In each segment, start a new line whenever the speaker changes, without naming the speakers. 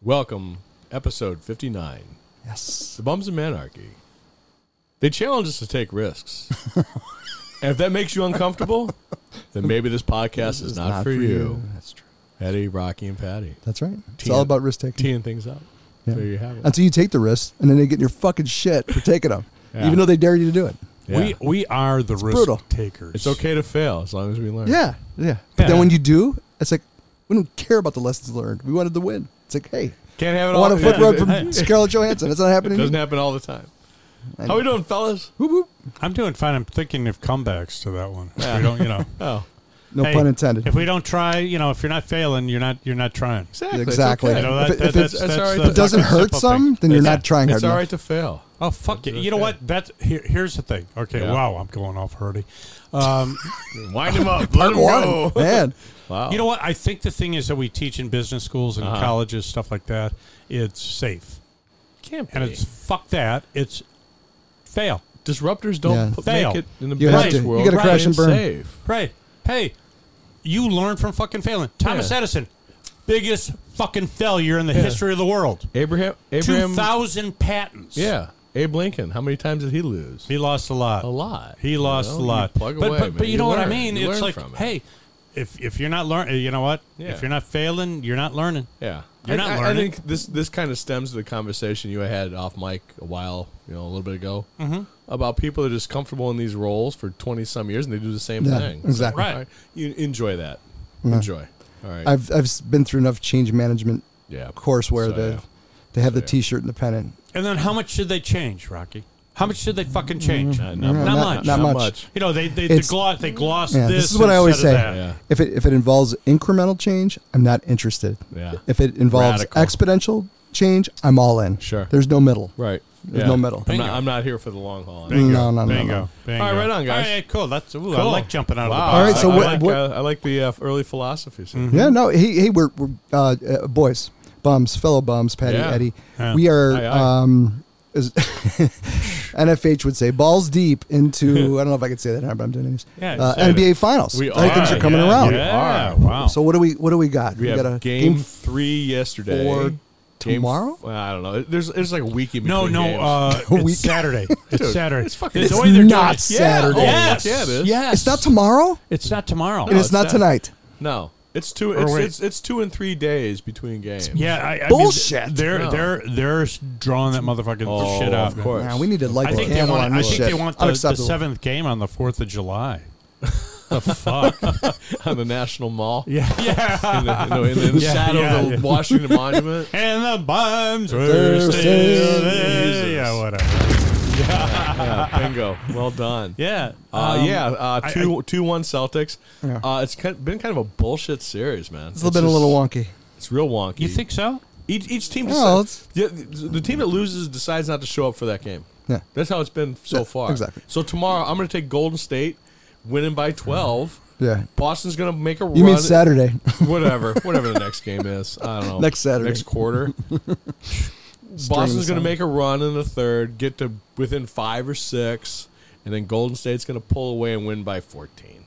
Welcome, episode 59
Yes.
The Bums of Manarchy. They challenge us to take risks. and if that makes you uncomfortable, then maybe this podcast is
It's
not, for, you.
That's true.
Eddie, Rocky, and Patty.
That's right. It's
Tea
all
and-
about risk taking.
Teeing things up.
Yeah.
There you have it.
Until you take the risk, and then they get in your fucking shit for taking them,
Yeah.
even though they dare you to do it.
Yeah.
We we are the risk
brutal.
takers.
it's okay to fail as long as we learn.
Yeah, yeah. But then
Yeah.
when you do, it's like we don't care about the lessons learned. We wanted to win. It's like, hey,
Can't have it
I want
all.
a foot rub
it,
from Scarlett Johansson. It's not happening.
doesn't happen all the time.
I
How we
know.
doing, fellas?
Whoop, whoop.
I'm doing fine. I'm thinking of comebacks to that one. If we don't, you know.
Oh,
No
Hey,
pun intended.
If we don't try, you you know, if you're not failing, you're not you're not trying.
exactly. It's
Exactly.
okay.
You know,
If
that,
it-
that,
if
that's,
it's-
That's all right.
that's
If
the
If it doesn't
fucking
hurt
simple
some,
thing.
then you're
It's-
not trying hard
it's all
enough.
right to fail.
Oh fuck it!
It's
You know
okay.
what? That's here, here's the thing. Okay,
Yeah.
wow, I'm going off hurdy. Um,
Wind him up. Let him
One,
go.
man.
Wow.
You know what? I think the thing is that we teach in business schools and
Oh. Uh-huh.
colleges stuff like that. It's safe,
Can't
and
be.
it's fuck that. It's fail.
disruptors don't
Yeah.
p-
Fail.
make it in the
You
have
business
to. You
world.
gotta
Right.
crash and burn.
Save.
Right. Hey, you learn from fucking failing. Thomas
Yeah.
Edison, biggest fucking failure in the
Yeah.
history of the world.
Abraham.
Two
Abraham.
thousand patents.
Yeah. Abe Lincoln. How many times did he lose?
He lost a lot.
A lot.
He lost
You know,
a lot.
You plug
but,
away,
but
man.
but you, know what I
learn.
mean?
You
it's
learn
like
from it.
hey, if if you're not learning, you know what?
Yeah.
If you're not failing, you're not learning.
Yeah.
You're
I,
not
I- I,
learning.
think this this kind of stems to the conversation you had off mic a while, you know, a little bit ago,
Mm-hmm.
about people that are just comfortable in these roles for twenty some years and they do the same
Yeah,
thing.
exactly.
all You enjoy that.
Yeah.
Enjoy. All right.
I've I've been through enough change management
yeah.
course where
So,
the
yeah.
they have the
So, yeah.
T-shirt and the pennant.
And then how much should they change, Rocky? How much should they fucking change?
Not,
Yeah,
not
not,
much.
Not,
Mm-hmm. Not
much.
much.
You know, they they, they
It's-
gloss they gloss
Yeah,
this.
this is what I always
instead of
say.
that.
Yeah.
If it if it involves incremental change, I'm not interested.
Yeah.
If it involves
Radical.
exponential change, I'm all in.
Sure.
There's no middle.
Right.
There's
Yeah.
no middle.
I'm
Bingo.
not, I'm not here for the long haul.
Bingo. No, no, no,
Bingo.
no.
Bingo.
All right, right on, guys.
All right, cool. That's ooh, I
Cool.
like jumping out
Wow.
of the box.
All right, so
I,
what-
like,
what-
uh, I like the uh, early philosophies. here.
Mm-hmm.
Yeah. No. Hey. Hey. We're we're uh, uh, boys, bums, fellow bums, Patty,
Yeah.
Eddie.
Yeah.
We are.
Aye, aye.
Um, as NFH would say, balls deep into. I don't know if I could say that, now, but I'm doing this.
Yeah,
uh,
say that.
NBA Finals.
We
I think things
are,
are coming
yeah,
around.
Yeah,
are.
wow.
So what do we? What do we got?
We,
got
have
a
game,
f-
three yesterday.
four
Game f-
tomorrow?
well, I don't know. There's there's like a week in
no,
between
no,
games.
uh,
We-
it's Saturday. It's
Dude,
Saturday.
it's fucking-
The
It's
way they're doing
not
it-
Saturday.
Yeah, oh,
Yes.
fuck yeah, it is.
Yes.
It's not tomorrow,
It's not tomorrow.
and
No,
it's,
it's
not
not.
tonight.
no. It's two. It's,
wait.
it's it's two and three days between games.
Yeah, I, I mean,
Bullshit.
they're
No.
they're they're s- drawing that motherfucking
Oh,
shit out.
of course.
Nah, we need to light
I
the
think they
candle
want.
on
I
this
think
shit.
they want the, the
Unacceptable.
seventh game on the Fourth of July. the fuck?
on the National Mall.
Yeah, yeah.
In the, in the, in the
Yeah,
shadow of the
yeah.
Washington Monument.
And the bombs were
They're
still
still
there.
Jesus.
Yeah, whatever.
Yeah, bingo. Well done.
Yeah,
Uh,
um,
yeah, uh,
I-
two two one Celtics.
Yeah.
Uh, it's kind been kind of a bullshit series, man.
It's been a little wonky. Oh,
It's real wonky.
You think so?
each, each team
Well,
decides, yeah, the the team that loses decides not to show up for that game.
Yeah.
That's how it's been so
Yeah,
far.
exactly.
So tomorrow I'm going to take Golden State winning by 12.
Yeah.
Boston's going to make a run.
You mean Saturday?
Whatever, whatever the next game is. I don't know.
Next Saturday.
Next quarter. Boston's going to make a run in the third, get to within five or six, and then Golden State's going to pull away and win by 14.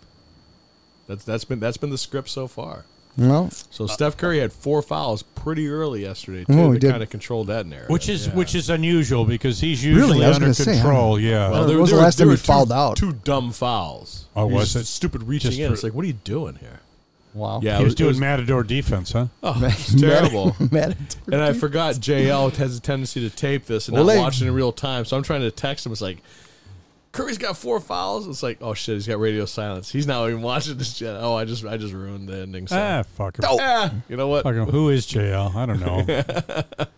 That's that's been that's been the script so far.
Well,
So Steph Curry had four fouls pretty early yesterday too.
Oh, he
that
did.
kind of controlled that narrative.
Which is
Yeah.
which is unusual because he's usually
Really? I was
under
gonna say,
control. yeah.
Well,
uh, there-
when was
there
the
were-
last
there
time he
were two-
fouled out?
Two dumb fouls.
Oh,
He
was
just
it?
Stupid reaching
Just
in.
for-
It's like, what are you doing here?
wow.
Yeah,
he was
it
doing
was-
Matador defense, huh?
Oh, it's terrible.
Mad
And I forgot JL has a tendency to tape this and
Ole.
not watch it in real time. So I'm trying to text him. It's like, Curry's got four fouls. It's like, oh shit, he's got radio silence. He's not even watching this yet. Oh, I just, I just ruined the ending. So.
Ah, fuck him.
Ah, you know what?
Fuck him. Who is JL? I don't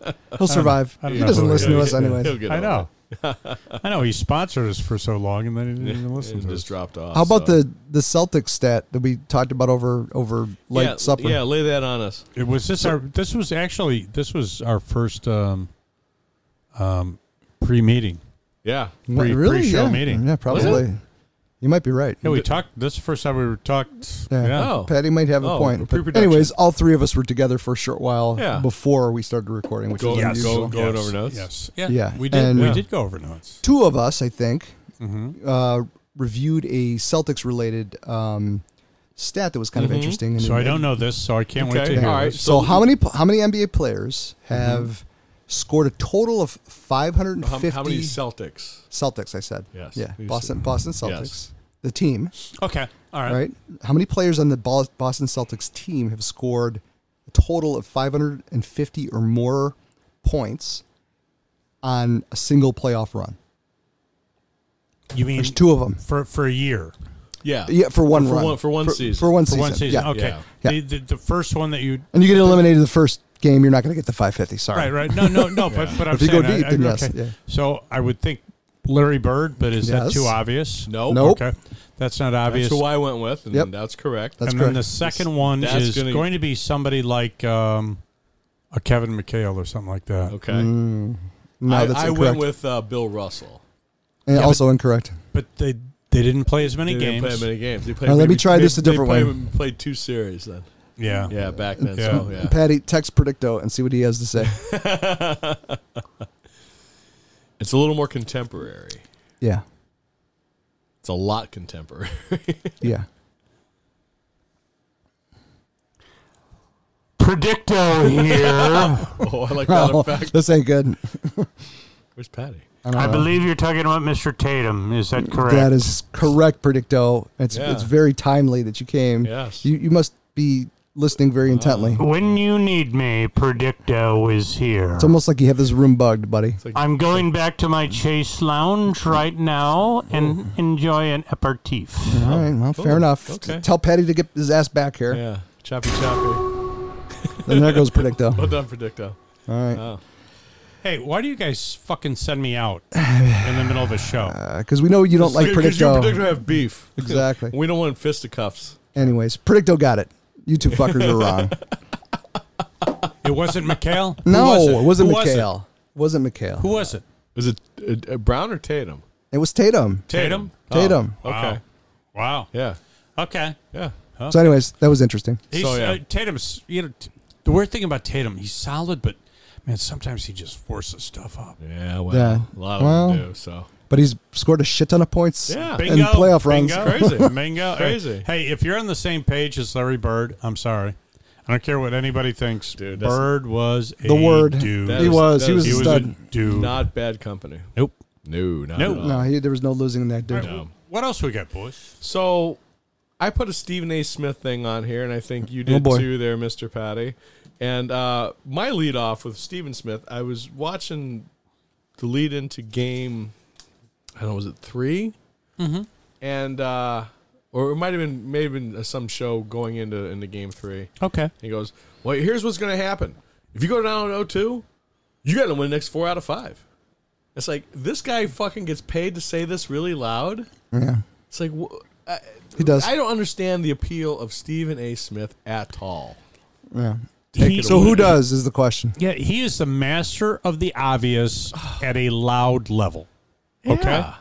know.
He'll survive.
I don't
He
know
doesn't
who it
listen to us
is.
anyway.
He'll get
I
over
know. I know. He sponsored us for so long, and then he didn't even
it.
listen
It
to
just
us.
dropped off.
How about
so-
the the Celtics stat that we talked about over over late
yeah,
supper?
Yeah, lay that on us.
It was this our. This was actually this was our first um, um, pre meeting.
Yeah.
What,
Pre-
really?
pre-show
yeah.
meeting.
Yeah, probably. You might be right.
Yeah, we talked. This is the first time we were talked.
Yeah.
Yeah.
Oh.
Patty might have a
Oh,
point. But
pre-production.
anyways, all three of us were together for a short while
Yeah.
before we started recording, which
Go-
is
yes.
unusual.
go- Going over notes?
Yes. Yeah.
Yeah,
We did.
and-
we
Yeah.
did go over notes.
Two of us, I think,
Mm-hmm.
uh, reviewed a Celtics related um, stat that was kind
Mhm.
of interesting. and
So I
it-
don't know this, so I can't wait
Okay,
to hear.
all right.
this.
So
So-
how many how many NBA players have scored a total of 550
How, how many Celtics?
Celtics? I said
Yes.
Yeah,
You
Boston
said-
Boston Celtics.
Yes.
The team,
Okay. All right.
right? How many players on the Bos- Boston Celtics team have scored a total of 550 or more points on a single playoff run?
You mean
There's two of them.
for for a year?
Yeah.
Yeah, for one
for
run.
one- for one season.
For one
For
season.
one season.
Yeah.
Okay.
Yeah.
The, the the first one that you
And you get eliminated the first game, you're not going to get the 550. Sorry.
Right, right. No, no, no. But but I'm
If you go
saying, I-
deep,
I-
then yes,
okay.
yeah.
So I would think Larry Bird, but is that
Yes.
too obvious?
Nope.
Nope.
Okay, that's not
That's
obvious.
who I went with, and
Yep. Mm,
that's correct.
That's
and
correct.
then the second one
That's
is
gonna-
going to be somebody like um, a Kevin McHale or something like that.
okay.
no,
I,
that's
I
incorrect.
went with uh, Bill Russell.
and
Yeah,
also incorrect.
But they they didn't play as many
They didn't
games.
play that many games. They played
All right, let me
maybe-
try
they-
this a
they
different
played-
way.
Played two series then.
yeah.
Yeah, back then.
Yeah.
So, yeah.
Patty, text Predicto and see what he has to say.
It's a little more contemporary.
yeah.
It's a lot contemporary.
Yeah.
Predicto here.
oh, I like that
Oh,
effect.
this ain't good.
Where's Patty?
I, don't know.
you're talking about Mr. Tatum. Is that correct?
that is correct, Predicto. It's
Yeah.
it's very timely that you came.
Yes.
You you must be listening very intently.
When you need me, Predicto is here.
it's almost like you have this room bugged, buddy.
I'm going back to my Chase Lounge right now and
Uh-huh.
enjoy an aperitif.
All right, well, fair
cool.
enough.
Okay.
Tell Patty to get his ass back here.
Yeah. Choppy choppy.
And there goes Predicto.
Well done, Predicto.
All right,
Oh.
Hey, why do you guys fucking send me out in the middle of a show?
because Uh, we know you don't like
Because you and Predicto
Predicto.
have beef.
Exactly.
we don't want fisticuffs.
Anyways, Predicto got it. You two fuckers are wrong.
It wasn't McHale? Who
No,
was
it wasn't
Who was it?
Mikhail. Wasn't Mikhail.
Who was it?
Is it uh, uh, Brown or Tatum?
It was Tatum.
Tatum?
Oh,
Tatum.
okay.
Wow.
Yeah.
Okay.
Yeah.
So, anyways, that was interesting.
He's,
So, yeah.
uh, Tatum's, you know, t- the weird thing about Tatum, he's solid, but man, sometimes he just forces stuff up.
Yeah. Well,
Yeah.
a lot of
Well,
them do. So
But he's scored a shit ton of points
Yeah.
in playoff runs.
Bingo.
Crazy.
Bingo.
Crazy.
Hey, if you're on the same page as Larry Bird, I'm sorry. I don't care what anybody thinks.
Dude, that's-
Bird was a
The word.
dude.
That
He
is-
was.
that
He
is-
was
he
a
was
stud.
a dude.
not bad company.
nope.
No. Not
No.
at all.
No, he, there was no losing in that dude.
No.
What else we got, boys?
So I put a Stephen A. Smith thing on here, and I think you did
boy.
too there, Mr. Patty. And uh, my lead off with Stephen Smith, I was watching the lead into game, I don't know, was it 3 Mm-hmm. And, uh, or it might have been, may have been uh, some show going into, into game three.
Okay.
He goes, Well, here's what's going to happen. If you go down 0 2, you got to win the next four out of five. It's like, this guy fucking gets paid to say this really loud.
Yeah,
It's like, wh- I,
he does.
I don't understand the appeal of Stephen A. Smith at all.
yeah.
Take it
So
away.
who does is the question.
Yeah, he is the master of the obvious at a loud level. Okay.
Yeah.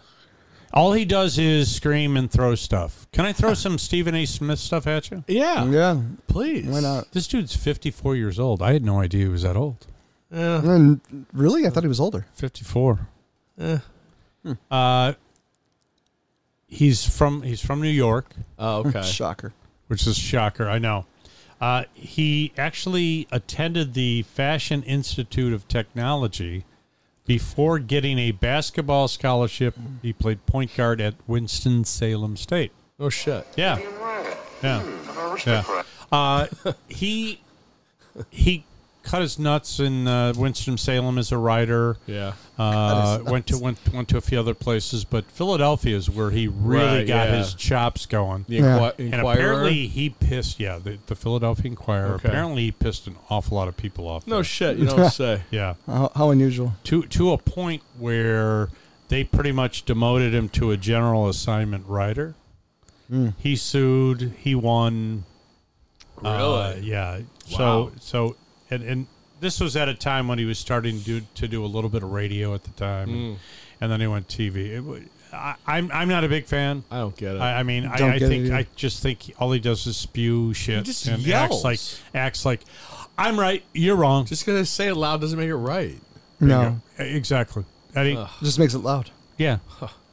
All he does is scream and throw stuff. Can I throw some Stephen A. Smith stuff at you?
Yeah,
Yeah,
please.
why not?
This dude's 54 years old. I had no idea he was that old.
Eh,
And really, I thought he was older.
54.
eh.
Uh, he's from he's from New York,
Oh, okay.
Shocker.
which is a shocker. I know. Uh, he actually attended the Fashion Institute of Technology before getting a basketball scholarship. He played point guard at Winston Salem State.
Oh shit.
Yeah, yeah.
Hmm. Yeah.
Uh, he he cut his nuts in uh, Winston Salem as a writer.
Yeah.
Uh, went to went went to a few other places, but Philadelphia is where he really
Right,
got
yeah.
his chops going.
The
Yeah.
inqui-
And
Inquirer.
apparently he pissed. Yeah, the, the Philadelphia Inquirer.
Okay.
Apparently he pissed an awful lot of people off.
no
there.
shit. You don't say.
yeah,
How, how unusual.
to to a point where they pretty much demoted him to a general assignment writer.
Hmm.
He sued. He won.
Really?
Uh, yeah. So so and and this was at a time when he was starting to do, to do a little bit of radio at the time,
Mm.
and, then he went TV. It, wa- I, I'm I'm not a big fan.
I don't get it.
I, I mean, I,
Don't
I
get it
think
either.
I just think all he does is spew shit
just
and
yells.
acts like acts like I'm right, you're wrong.
Just because I say it loud doesn't make it right.
No,
E, Exactly. Eddie.
just makes it loud.
Yeah,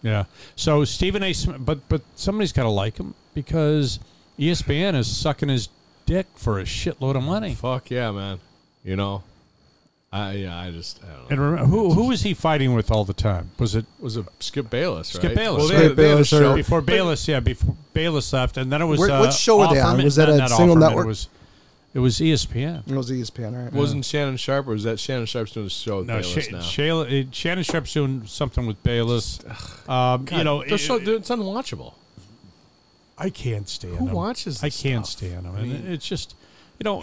yeah. So Stephen A. Smith, but but somebody's got to like him because E ESPN is sucking his dick for a shitload of money.
Fuck yeah, man. You know, I yeah, I just I don't know.
And remember, who who was he fighting with all the time? Was it
was it Skip Bayless? Right?
Skip Bayless.
Well, they,
Skip
had- they had a
Bayless or-
show.
before Bayless? Yeah, before Bayless left, and then it was
Where-
uh,
what show were they on?
Offerman-
Was that
not-
a
not
single
Offerman,
network? Mm.
It was, it was E ESPN.
It was ESPN, all right?
Wasn't Shannon Sharp or was that Shannon Sharp's doing a show with
No,
Bayless
Sh-
now?
Shayla, uh, Shannon Sharp's doing something with Bayless. Um, you know,
the
it-
show, dude, it's unwatchable.
I can't stand
Who
him.
watches
I
this
can't
stuff?
stand him. And
mean-
it's just, you know,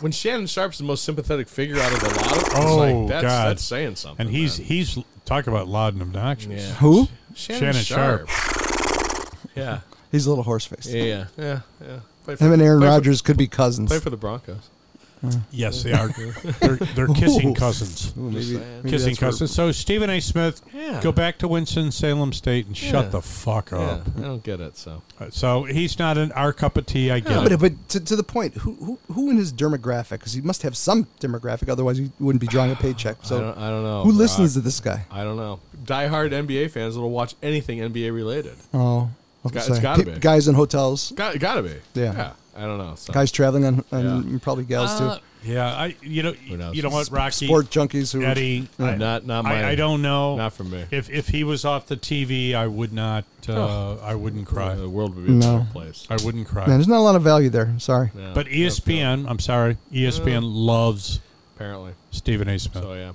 When Shannon Sharp's the most sympathetic figure out of the lot of it's
Oh,
like, that's,
God.
that's saying something.
and he's
man.
he's talk about loud and obnoxious.
Yeah.
Who?
Shannon,
Shannon
Sharp. yeah.
He's a little horse faced.
Yeah, yeah, yeah, yeah. Play for,
Him and Aaron
play for-
Rodgers could be cousins.
play for the Broncos.
Yes, they are. they're, they're kissing cousins.
Ooh, maybe, maybe
kissing
that's where-
cousins. So Stephen A. Smith,
Yeah.
go back to Winston Salem State and
Yeah.
shut the fuck
Yeah,
up.
I don't get it. So
So he's not in our cup of tea. I get
No,
it.
But, but to, to the point, who, who who in his demographic? Because he must have some demographic, otherwise he wouldn't be drawing a paycheck.
I,
So
don't, I don't know.
who
Brock.
listens to this guy?
I don't know. Die-hard NBA fans that'll watch anything NBA related.
Oh,
It's got- it's gotta be.
guys in hotels,
Got, gotta be.
Yeah.
I don't know. So.
guys traveling on, and
Yeah.
probably gals
Uh, yeah, I you know
knows?
you know what
too.
Rocky
Sport junkies who
Eddie. I,
not not my.
I, I don't know.
Not for me.
If if he was off the TV, I would not. Uh, I wouldn't cry.
The world would be a
No.
better place.
I wouldn't cry.
Man, there's not a lot of value there. Sorry.
No,
but E
no feel,
ESPN, I'm sorry, E ESPN loves
apparently.
Stephen A. Smith.
So yeah.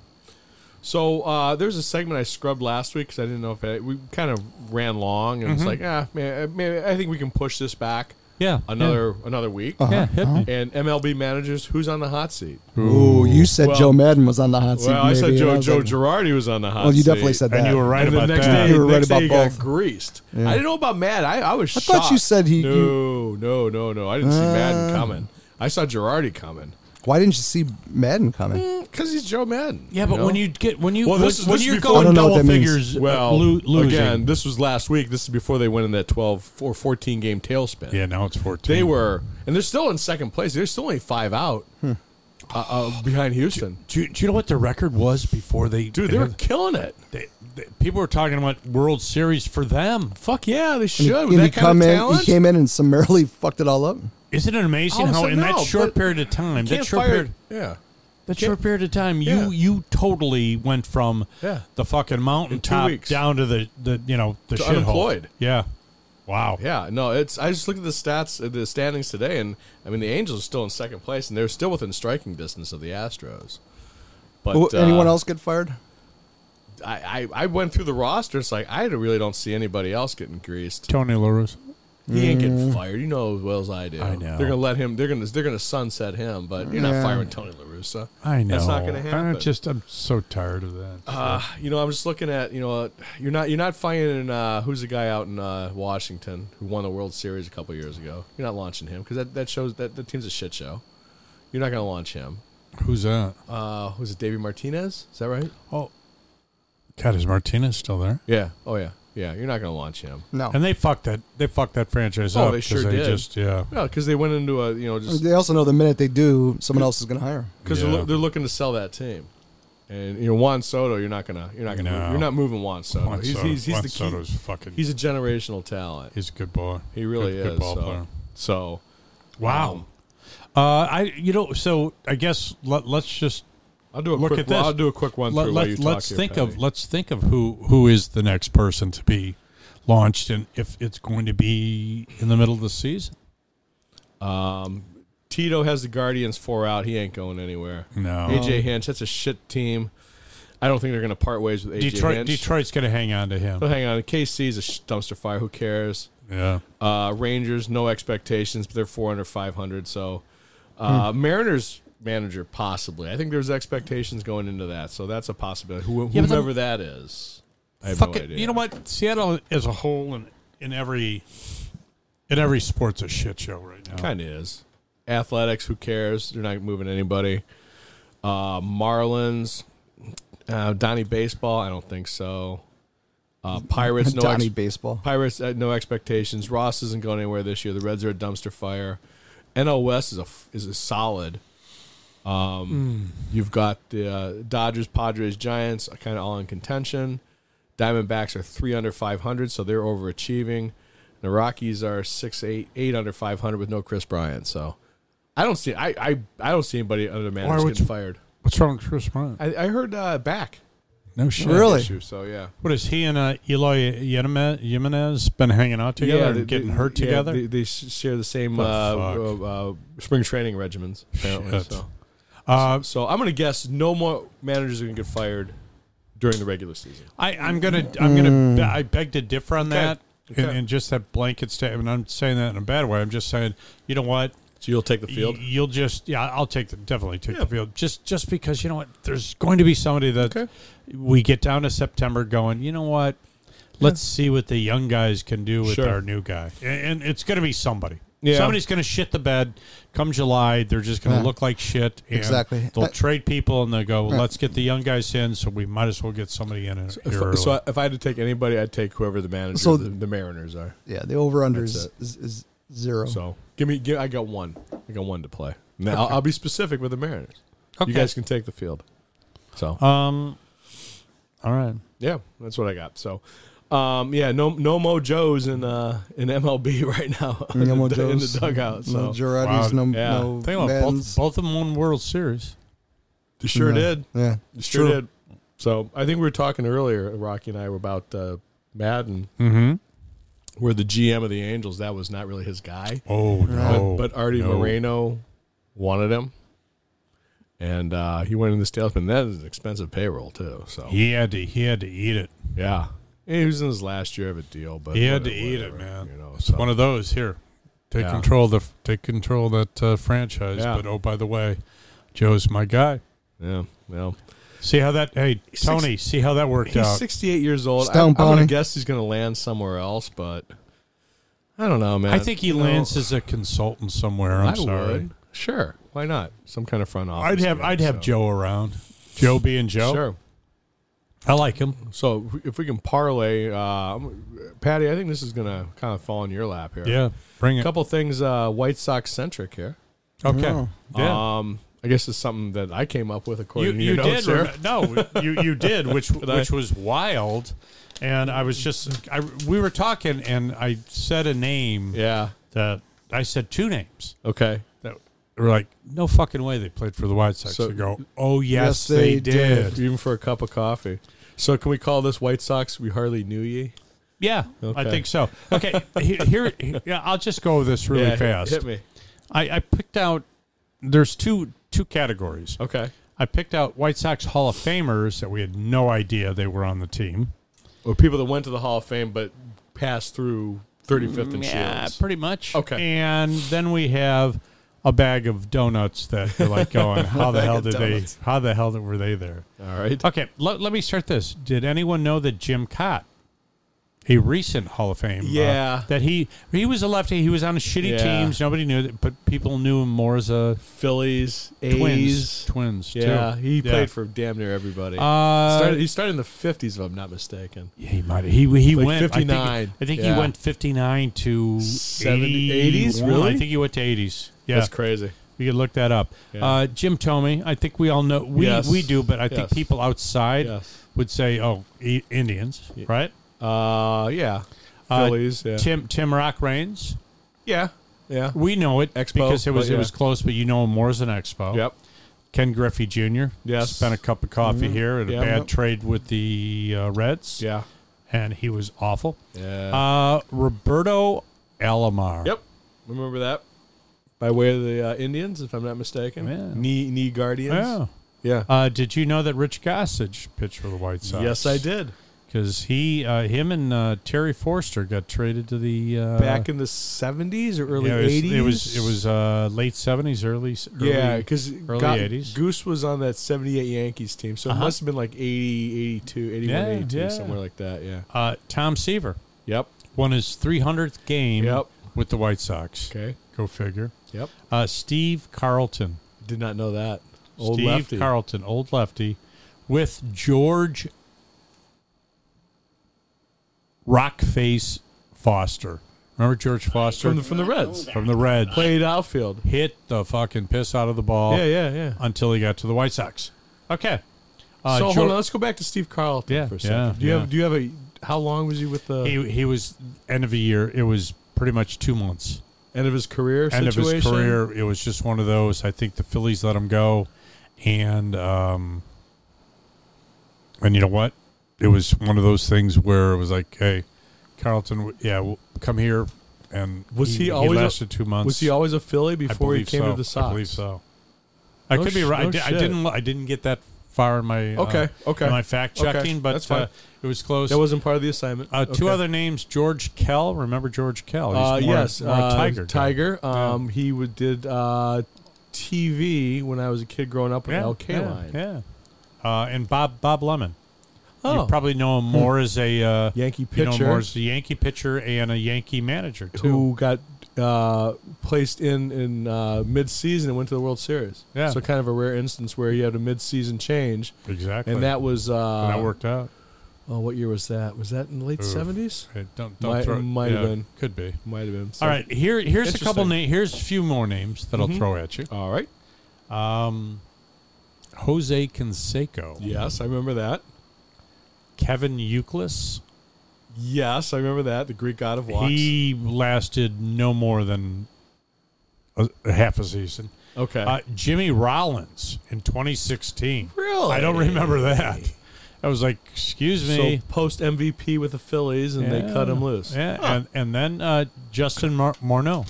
So uh, there's a segment I scrubbed last week because I didn't know if it, we kind of ran long and
Mm-hmm.
it's like ah man, man I think we can push this back
yeah,
another another week
Uh-huh.
Yeah, yeah, hit me.
and MLB managers who's on the hot seat.
Ooh, you said
Well-
Joe Madden was on the hot seat.
Well, I said
maybe, and
Joe
was
Joe
like-
Girardi was on the hot.
Well, you
seat.
definitely said that.
And you were right
And the
about
next
that.
day,
You were
next
right about
day he got
both.
greased.
Yeah.
I didn't know about Matt. I, I was. I
thought you said he-
No, no, no, no. I didn't see Madden
Uh.
coming. I saw Girardi coming
Why didn't you see Madden coming?
because he's Joe Madden.
yeah, but
know?
when you get when you
Well,
when,
this is-
when
this is
you're
before- I
going
don't know what
double
that means.
figures,
well
well, lo- losing.
again, this was last week. This is before they went in that twelve or fourteen game tailspin.
yeah, now it's fourteen.
They were, and they're still in second place. They're still only five out
Hmm.
uh, uh, behind Houston.
Do you, do you know what the record was before they?
Dude, they were killing it.
they- they- people were talking about World Series for them.
Fuck yeah, they should. With
and
that
he
kind
come
of
in,
talent,
he came in and summarily fucked it all up.
Isn't it amazing
All of a
how in
sudden,
that
Oh, no,
short
but-
period of time, that
can't
short
fire-
period,
Yeah.
that short period of time,
Yeah.
you you totally went from
Yeah.
the fucking mountain
two
top
weeks.
down to the, the you know the
To
shithole.
unemployed.
Yeah, wow.
Yeah, no, it's. I just looked at the stats, uh, the standings today, and I mean the Angels are still in second place, and they're still within striking distance of the Astros. But
Who-
uh,
Anyone else get fired?
I, I, I went through the roster. It's like I really don't see anybody else getting greased.
Tony LaRusse.
He ain't getting fired. You know as well as I do.
Mm. I know.
They're gonna let him. They're gonna they're gonna sunset him. But you're
Yeah.
not firing Tony La Russa.
I know.
That's not gonna happen.
I'm just I'm so tired of that.
Uh, you know, I'm just looking at you know, uh, you're not you're not finding uh, who's the guy out in uh, Washington who won the World Series a couple years ago. You're not launching him because that, that shows that the team's a shit show. You're not going to launch him.
Who's that?
Uh, was it Davey Martinez? Is that right?
Oh, God, is Martinez still there?
Yeah. Oh yeah. Yeah. You're not going to launch him.
No.
And they fucked that. They fucked that franchise
Oh,
up
they
'cause
sure did.
Just, yeah.
No, because they went into a you know just
They also know the minute they do, someone else is going to hire him.
because
Yeah.
they're, loo- they're looking to sell that team. And you know Juan Soto, you're not gonna, you're not gonna,
No.
move- you're not moving Juan Soto.
Juan
he's
Soto-
he's, he's
Juan
the key.
Soto's fucking. He's,
He's a generational talent.
a good boy.
He really
Good- good
is.
ball
so-
player.
so
Wow. Uh, I you know so I guess let, let's just
I'll do a
Look
quick.
at this.
I'll do a quick one
let,
through. while you talk
us
here,
think
Patty.
of let's think of who who is the next person to be launched and if it's going to be in the middle of the season.
Tito has the Guardians four out. He ain't going anywhere.
No.
AJ Hinch, that's a shit team. I don't think they're going to part ways with AJ
Detroit
Hinch.
Detroit's going to hang on to him.
But hang on, KC's a sh- dumpster fire. Who cares?
Yeah.
Uh, Rangers, no expectations, but they're 400, 500. So uh,
Hmm.
Mariners manager, possibly. I think there's expectations going into that. So that's a possibility. Who,
Yeah, but
whoever that is. I have
Fuck
no
it.
idea.
You know what? Seattle as a whole and in every in every sport's a shit show right now.
Kind of is. Athletics, who cares? They're not moving anybody. Uh, Marlins, uh, Donnie Baseball, I don't think so. Uh, Pirates, no
Donnie
ex-
Baseball.
Pirates, uh, no expectations. Ross isn't going anywhere this year. The Reds are a dumpster fire. NL West is a f- is a solid.
Hmm.
Um, You've got the uh, Dodgers, Padres, Giants, kind of all in contention. Diamondbacks are three under 500, so they're overachieving. And The Rockies are six eight eight under five hundred with no Chris Bryant. So I don't see I I, I don't see anybody other than
Why
managers
would
getting
you-
fired.
What's wrong with Chris Bryant?
I, I heard uh, back
No shit.
Really?
issue. So yeah.
What is he and uh, Eloy Yeneme- Jimenez been hanging out together
yeah,
and
they-
getting
they-
hurt
yeah,
together?
They, they sh- share the same
The
uh, uh, uh, spring training regimens, apparently.
Shit.
So.
uh,
so I'm gonna guess no more managers are gonna get fired during the regular season.
I, I'm gonna, I'm gonna, be- I beg to differ on that, and,
Okay.
and just that blanket statement. I'm saying that in a bad way. I'm just saying, you know what?
So you'll take the field.
Y- You'll just yeah, I'll take the definitely take
Yeah.
the field just just because you know what there's going to be somebody that
Okay.
we get down to September going you know what let's see what the young guys can do with
Sure.
our new guy and, and it's going to be somebody
Yeah.
somebody's going to shit the bed come July they're just going to
Yeah.
look like shit and
Exactly.
they'll
That-
trade people and they'll go let's get the young guys in so we might as well get somebody in it
If,
early.
so I- if I had to take anybody, I'd take whoever the manager,
So-
of the, the Mariners are.
Yeah, the over under
That's
is,
it.
is, is zero.
So give me, give, I got one. I got one to play. Now I'll, I'll be specific with the Mariners.
Okay.
You guys can take the field. So
um all right
yeah, that's what I got. So. Um, yeah, no, no Mo Joes in uh, in MLB right now in,
No more
the, in the
Joes,
dugout. So
no Girardis, no,
Wow.
Yeah.
no
think about
Maddens.
both both of them won World Series
you sure
No.
did.
Yeah,
You sure
True.
did. So I think we were talking earlier, Rocky and I were about uh, Madden,
mm-hmm
where the GM of the Angels that was not really his guy,
oh no
but, but Artie
no.
Moreno wanted him, and uh, he went in the salesman. That is an expensive payroll too. So
He had to. He had to eat it.
yeah, he was in his last year of a deal, but
He had to
whatever-
eat it,
whatever,
man.
You know,
It's
so.
one of those here. They
Yeah.
control the. They control that uh, franchise.
Yeah.
But oh, by the way, Joe's my guy.
yeah, well,
See how that? Hey, Tony. see how that worked
he's
out.
68 years old. I,
Stone
I'm gonna
pony.
guess he's gonna land somewhere else, but I don't know, man.
I think he
You know,
lands as a consultant somewhere. I'm
I
sorry.
would. Sure. Why not? Some kind of front office.
I'd have.
gig,
I'd have
so.
Joe around. Joe being Joe.
Sure.
I like him.
So if we can parlay, uh, I'm- Patty, I think this is going to kind of fall in your lap here.
Yeah. Bring
A
it.
couple things uh, White Sox centric here.
okay.
Yeah.
Yeah.
Um, I guess it's something that I came up with
you,
according to
you
your
did
notes here.
rem- no you, you did which which was wild and i was just I, we were talking and i said a name
Yeah.
that I said two names
Okay.
that were like, no fucking way they played for the White Sox.
So-
So, go, oh yes,
Yes,
they,
they
did.
Even for a cup of coffee. So can we call this White Sox? We hardly knew ye.
Yeah, I
Okay.
think so. Okay, he- here, he- yeah, I'll just go with this really
Yeah, hit-
fast.
Hit me.
I, I picked out. There's two two categories.
Okay.
I picked out White Sox Hall of Famers that we had no idea they were on the team.
Or people that went to the Hall of Fame but passed through 35th
Mm,
and Shields.
pretty much.
Okay.
and then we have a bag of donuts that you're like going, how the hell
of
did they?
donuts.
How the hell were they there?
All right.
Okay, let, let me start this. Did anyone know that Jim Cott, a recent Hall of Fame, uh,
Yeah.
that he he was a lefty, he was on shitty
Yeah.
teams, nobody knew that, but people knew him more as a
Phillies,
twins,
A's.
twins.
Yeah,
too.
he
Yeah.
played for damn near everybody.
Uh,
started, he started in the 50s, if I'm not mistaken.
yeah, he might he he
Like
went I think-
59,
I think,
yeah.
he went fifty nine to
70
80s.
80s, really?
I think he went to eighties. Yeah,
That's crazy.
we could look that up.
Yeah.
Uh, Jim Tomey, I think we all know we
Yes.
we do, but I think
Yes.
people outside
Yes.
would say, oh, I- Indians, right?
Uh, yeah.
Uh,
Phillies, yeah.
Tim Tim Rock Reigns.
yeah. Yeah.
We know it
Expo,
because it was
but yeah.
it was close, but you know him more as an expo.
Yep.
Ken Griffey Jr.
Yes. Mm-hmm.
spent a cup of coffee here at a
Yeah.
bad
Yep.
trade with the uh, Reds.
Yeah.
and he was awful.
Yeah.
Uh, Roberto Alomar.
yep. Remember that? By way of the uh, Indians, if I'm not mistaken.
Yeah.
Knee, knee Guardians.
Yeah.
Yeah.
Uh, did you know that Rich Gossage pitched for the White Sox?
yes, I did.
Because he, uh, him, and uh, Terry Forster got traded to the uh,
Back in the 70s or early
yeah, it was,
80s?
It was it was uh, late seventies, early, s- early
yeah, because
early 80s.
Goose was on that 78 Yankees team, so it
Uh-huh.
must have been like 80, 82, 81,
Yeah,
82,
yeah.
somewhere like that. Yeah.
Uh, Tom Seaver
Yep.
won his 300th game
Yep.
with the White Sox.
Okay.
Go figure.
Yep.
Uh, Steve Carlton.
Did not know that. Old
Steve
lefty.
Carlton, old lefty, with George Rockface Foster. Remember George Foster
from the, from the Reds.
From the Reds?
Played outfield.
Hit the fucking piss out of the ball
Yeah, yeah, yeah.
until he got to the White Sox. Okay. Uh,
so
Geor-
hold on, let's go back to Steve Carlton
Yeah,
for a second.
yeah,
do you
yeah.
have do you have a how long was he with the
he he was end of the year. It was pretty much two months.
End of his career.
End of his
situation?
career, it was just one of those. I think the Phillies let him go, and um, and you know what? It was one of those things where it was like, hey, Carlton, w- yeah, w- come here. And
Was he always a-
lasted two months?
Was he always a Philly
I
before he
believe
came
so.
to the Sox?
I believe so. I
No
could be
sh-
right. I,
no
di- I
shit.
didn't. lo- I didn't get that far in my uh,
Okay, okay.
in my fact
Okay,
checking, but
that's fine.
uh, it was close.
That wasn't part of the assignment.
uh, two
Okay.
other names: George Kell. Remember George Kell? Oh, He's
Uh,
more,
yes,
more
uh,
a tiger. guy.
Tiger. Um, He would, did uh, TV when I was a kid growing up with
Yeah,
LK
yeah,
Line.
Yeah, Uh, and Bob Bob Lemon. You
Oh,
probably know him more as a uh,
Yankee
you
pitcher
know more as a Yankee pitcher and a Yankee manager too.
who got uh, placed in in uh, mid season and went to the World Series.
Yeah.
So kind of a rare instance where he had a mid season change,
exactly,
and that was uh,
And that worked out.
Oh, what year was that? Was that in the late
Oof.
seventies?
Hey, don't don't
Might-
throw.
might have
yeah,
been.
could be.
Might have been. So-
All right, here here's a couple
Interesting.
names. Here's a few more names that I'll
Mhm.
throw at you.
All right.
Um, Jose Canseco,
Yes, I remember that.
Kevin Euclid.
Yes, I remember that. The Greek god of walks.
He lasted no more than a, a half a season.
okay.
Uh, Jimmy Rollins in 2016.
really?
I don't remember that. I was like, excuse me.
So post MVP with the Phillies, and they cut him loose.
Yeah, and, and then uh, Justin Mar- Morneau,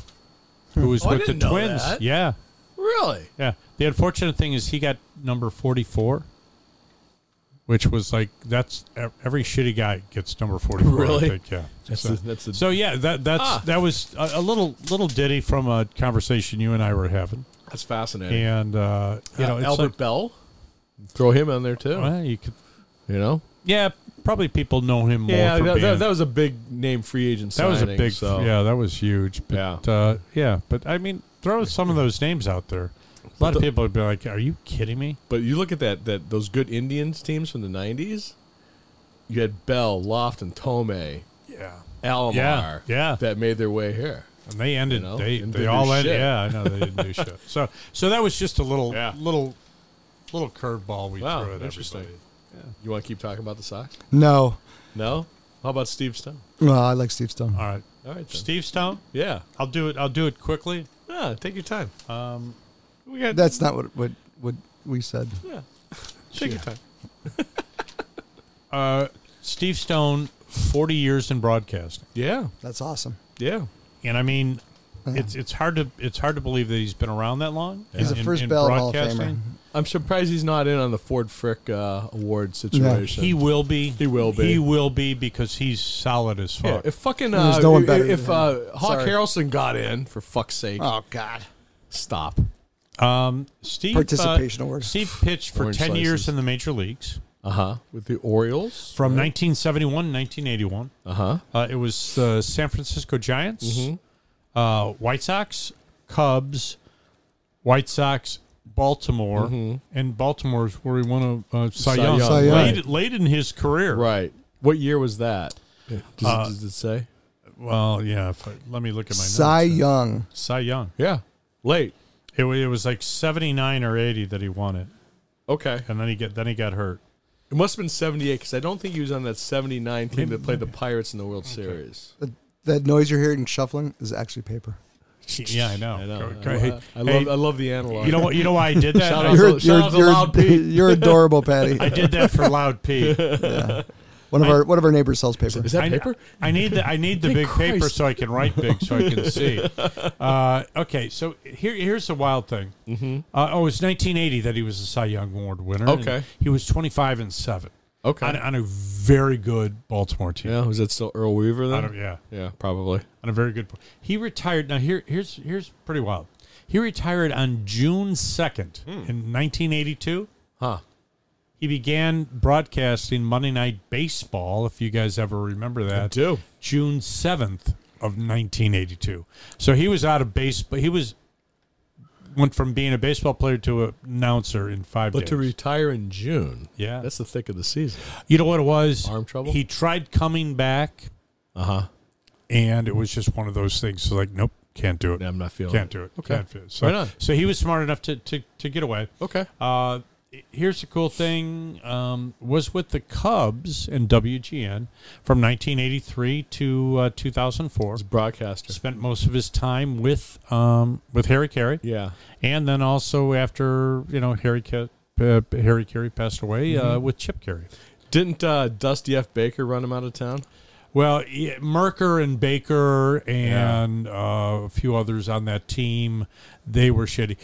who was
Oh, I
with the
didn't know
Twins.
that.
Yeah,
Really?
yeah. The unfortunate thing is he got number 44, which was like, that's e, every shitty guy gets number 44. I
Really?
think, yeah.
That's
So-
the, that's the
So yeah, that that's
Ah.
that was a, a little little ditty from a conversation you and I were having,
that's fascinating.
and uh, you know,
Uh,
it's
Albert
like,
Bell, throw him on there too.
well, you could,
You know.
yeah, probably people know him more.
Yeah,
for
that,
being-
that, that was a big name free agent.
that was a
signing,
big,
So.
yeah, that was huge. But
Yeah.
uh, yeah, but I mean, throw some of those names out there. A lot
the-
of people would be like, "Are you kidding me?"
But you look at that that those good Indians teams from the '90s. You had Bell, Lofton, Tomei,
Yeah,
Alomar,
Yeah, yeah.
that made their way here.
and they ended.
You know,
they
and
they
didn't
all
do
ended.
shit.
Yeah, I know they didn't do shit. So so that was just a little
Yeah.
little little curveball we
Wow,
threw at
interesting.
everybody.
You want to keep talking about the Sox?
No.
No. How about Steve Stone?
Well, I like Steve Stone.
All right,
All right, then.
Steve Stone.
Yeah.
I'll do it. I'll do it quickly.
Ah, take your time.
Um,
We got
That's not what what what we said.
Yeah. Take your time.
uh, Steve Stone, forty years in broadcasting,
Yeah.
That's awesome.
Yeah.
and I mean, it's it's hard to it's hard to believe that he's been around that long.
Uh-huh. He's
in-
the first
in
Bell Hall of Famer.
broadcasting.
I'm surprised he's not in on the Ford Frick uh, award situation.
He will be.
He will be.
He will be because he's solid as
yeah,
fuck.
if fucking
There's
uh,
no one
if-
better than
if
him.
uh, Hawk
Sorry.
Harrelson got in for fuck's sake,
Oh God.
stop.
um, Steve uh,
Participation award.
Steve pitched for
Orange
ten years
slices.
in the major leagues
Uh huh. With the Orioles.
from 1971 1981.
Uh huh.
Uh, it was uh, San Francisco Giants,
Mm-hmm.
uh, White Sox, Cubs, White Sox, Baltimore, and Baltimore's where he won a uh,
Mm-hmm. Cy
Cy Young,
Young,
Late,
right.
late in his career.
Right. What year was that? Does, it- does it say?
Well, yeah. If I, let me look at my notes.
Cy Young.
Cy Young.
Yeah. Late.
It, wa- it was like seventy nine or eighty that he won it,
Okay.
and then he get then he got hurt.
It must have been 78 because I don't think he was on that 79 team that played the Pirates in the World Series.
That, that noise you're hearing shuffling is actually paper.
Yeah, Oh, I know.
I know.
Go- go-
I,
hey,
I
hey,
love, I love the analog.
you know what? You know why I did that?
Shout
I,
out
You're
Also,
you're
shout out to
you're,
Loud Pete.
you're adorable, Patty.
I did that for Loud P.
One of our one of our neighbors sells paper.
Is that
I,
paper?
I need the I need the big paper
Christ.
so I can write big so I can see. Uh, okay, so here here's the wild thing. Mm-hmm. Uh, oh, it's 1980 that he was a Cy Young Award winner. and
Okay.
he was 25 and seven
Okay.
on, on a very good Baltimore team.
yeah. Was that still Earl Weaver
I
then?
don't- yeah,
Yeah, probably.
on a very good. po- He retired. Now here here's here's pretty wild. He retired on June 2nd
Hmm.
in 1982.
Huh.
He began broadcasting Monday Night Baseball, if you guys ever remember that.
do.
June 7th of 1982. So he was out of baseball. He was went from being a baseball player to an announcer in five
But
days.
to retire in June,
yeah.
that's the thick of the season.
you know what it was?
Arm trouble?
He tried coming back,
Uh
Uh-huh.
huh.
and it was just one of those things. So like, nope, can't do it.
I'm not feeling
Can't do it.
Okay.
Can't do it. So,
Right on. Oh.
so he was smart enough to, to, to get away.
Okay.
Uh, here's the cool thing um, was with the Cubs and WGN from 1983 to uh, 2004.
He's a broadcaster.
Spent most of his time with um, with Harry Carey,
Yeah.
and then also after you know Harry Ca- uh, Harry Carey passed away
Mm-hmm.
uh, with Chip Carey.
Didn't uh, Dusty F. Baker run him out of town?
Well, yeah, Merker and Baker and uh, a few others on that team, they were shitty.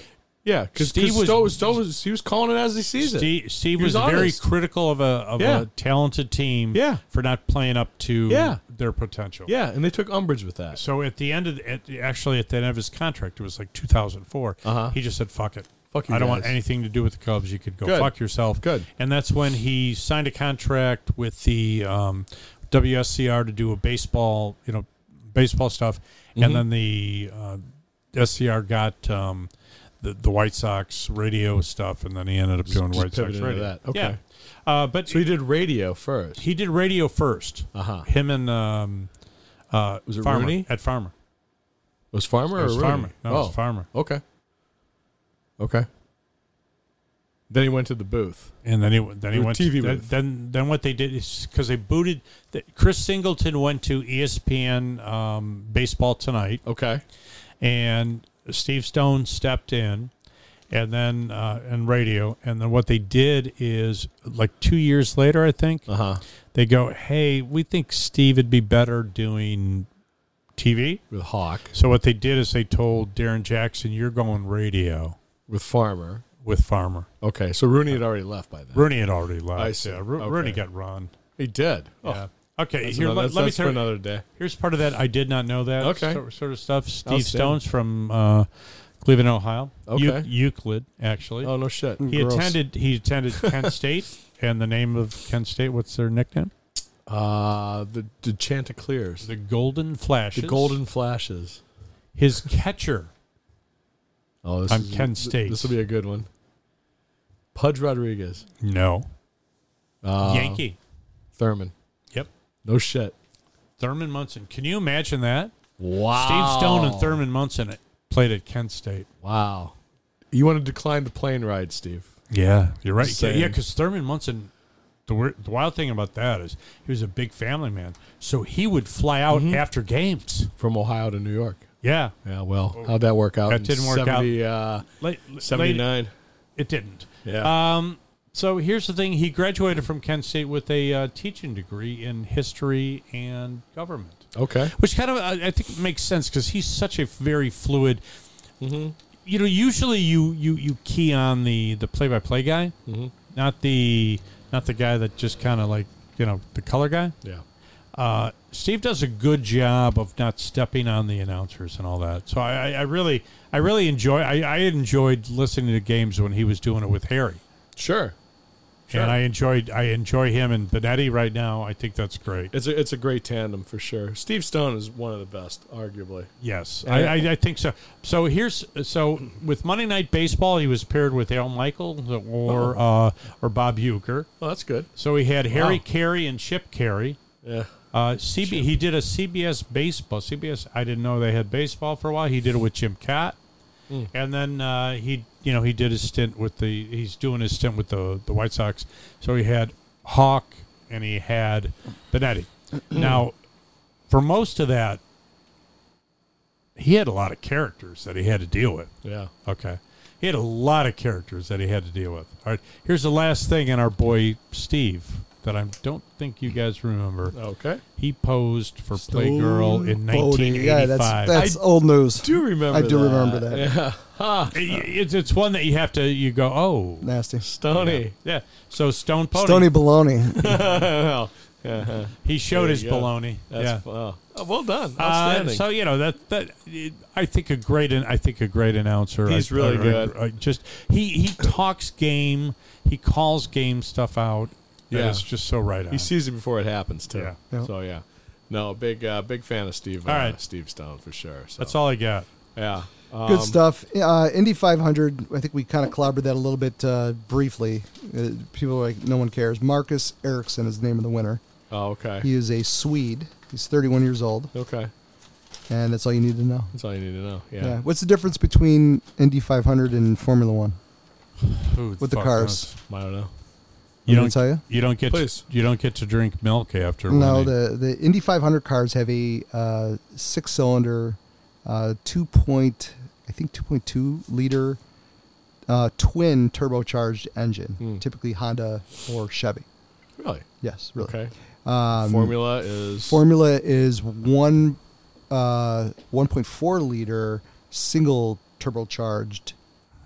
Yeah, because
Steve
Steve
was-
was, Stowe was he was calling it as he sees it.
Steve, Steve
He
was,
was
very
honest.
critical of a of
Yeah.
a talented team
Yeah.
for not playing up to
Yeah.
their potential.
Yeah, and they took umbrage with that.
So at the end of the, at, actually at the end of his contract, it was like 2004.
Uh-huh.
He just said, "Fuck it,
Fuck you
I don't want
guys."
anything to do with the Cubs. You could go
Good.
fuck yourself."
Good.
And that's when he signed a contract with the um, WSCR to do a baseball, you know, baseball stuff,
Mm-hmm.
and then the uh, SCR got um, the the White Sox radio stuff, and then he ended up doing
just
White Sox
pivoted into
radio.
that. Okay.
Yeah. Uh, but
So he did radio first.
he did radio first.
Uh-huh.
Him and um, uh,
Was it
Farmer
Rooney?
at Farmer.
Was Farmer Oh.
It
or
was
Rooney?
Farmer. No, it was Farmer.
Okay. Okay. Then he went to the booth.
And then he then he
Your
went
TV
to,
booth.
then then what they did is because they booted the, Chris Singleton went to E ESPN um, Baseball Tonight
Okay.
and Steve Stone stepped in and then uh, and radio and then what they did is like two years later I think
Uh huh.
they go hey we think Steve would be better doing TV
With Hawk,
so what they did is they told Darren Jackson you're going radio
with Farmer.
with Farmer
Okay. So Rooney had already left by then.
Rooney had already left
I see.
yeah, Ro-
Okay.
Rooney got run
he did. Oh,
yeah. Okay,
that's
here
another-
let,
that's-
let me
that's for
tell you.
another day.
Here's part of that I did not know that.
Okay.
sort, sort of stuff. Steve
Outstanding.
Stones from uh, Cleveland, Ohio. Eu-
Okay.
Euclid, actually.
Oh no shit.
he
gross.
attended. He attended Kent State, and the name of Kent State. What's their nickname?
Uh the the Chanticleers,
The Golden Flashes.
the Golden Flashes.
His catcher.
Oh, this
On
is,
Kent
th-
State.
This will be a good one. Pudge Rodriguez,
No.
uh,
Yankee.
Thurman.
Yep.
No shit.
Thurman Munson. Can you imagine that?
Wow.
Steve Stone and Thurman Munson played at Kent State.
Wow. You want to decline the plane ride, Steve?
Yeah, you're right.
Same.
Yeah, because Thurman Munson, the, weird, the wild thing about that is he was a big family man, so he would fly out after games.
From Ohio to New York.
Yeah,
Yeah, well, how'd that work out?
Oh. That
in
didn't work out.
70, out.
late,
Uh, 79.
it didn't.
Yeah.
Um, so here's the thing: he graduated from Kent State with a uh, teaching degree in history and government,
okay.
which kind of I, I think makes sense because he's such a very fluid. You know, usually you you you key on the the play by play guy, not the not the guy that just kind of like you know the color guy.
Yeah.
Uh, Steve does a good job of not stepping on the announcers and all that. So I, I, I really, I really enjoy. I, I enjoyed listening to games when he was doing it with Harry,
Sure. Sure.
and I enjoyed. I enjoy him and Benetti right now. I think that's great.
It's a, it's a great tandem for sure. Steve Stone is one of the best, arguably.
Yes, I, I, I think so. So here's so with Monday Night Baseball, he was paired with Al Michael or uh, or Bob Euchre.
Well, that's good.
So he had Harry
Wow.
Carey and Chip Carey.
Yeah.
Uh, CB, he did a CBS baseball. CBS, I didn't know they had baseball for a while. He did it with Jim Cott, and then uh, he, you know, he did his stint with the. He's doing his stint with the the White Sox. So he had Hawk and he had Benetti. now, for most of that, he had a lot of characters that he had to deal with.
Yeah.
Okay. He had a lot of characters that he had to deal with. All right. Here's the last thing in our boy Steve that I don't think you guys remember.
Okay.
He posed for Playgirl in
Voting.
1985.
Yeah, that's that's old news.
Do you remember
I do
that.
remember that.
Yeah. Ha.
I- it's, it's one that you have to, you go, oh.
Nasty.
Stoney.
Yeah. So Stone Pony,
Stony
Um,
Baloney.
Yeah.
he showed
There
his
you go.
baloney.
That's
yeah.
fu- oh. Oh, well done.
Uh,
Outstanding.
so you know that that I think a great I think a great announcer.
He's
I-
really
I-
good.
I just he he talks game. He calls game stuff out. Yeah,
Yeah.
it's just so right on.
he sees it before it happens, too.
Yeah.
Yeah.
So, yeah. No, big uh, big fan of Steve
All
uh,
right.
Steve Stone for sure. So.
That's all I got.
Yeah. Um,
Good stuff. Uh, Indy 500. I think we kind of clobbered that a little bit uh, briefly. Uh, people are like no one cares. Marcus Erickson is the name of the winner.
Oh, okay.
He is a Swede. He's 31 years old,
Okay.
and that's all you need to know.
That's all you need to know.
Yeah.
Yeah.
What's the difference between Indy 500 and Formula One?
Who
With the
fuck
cars.
knows?
I don't know.
You
Want me
don't
to tell you?
You don't get
Please.
to, you don't get to drink milk after.
No,
winning.
the the Indy 500 cars have a uh, six cylinder, uh, two point I think 2.2 liter uh, twin turbocharged engine, typically Honda or Chevy.
Really?
Yes, really.
Okay.
Um,
Formula is
Formula is one uh, 1.4 liter single turbocharged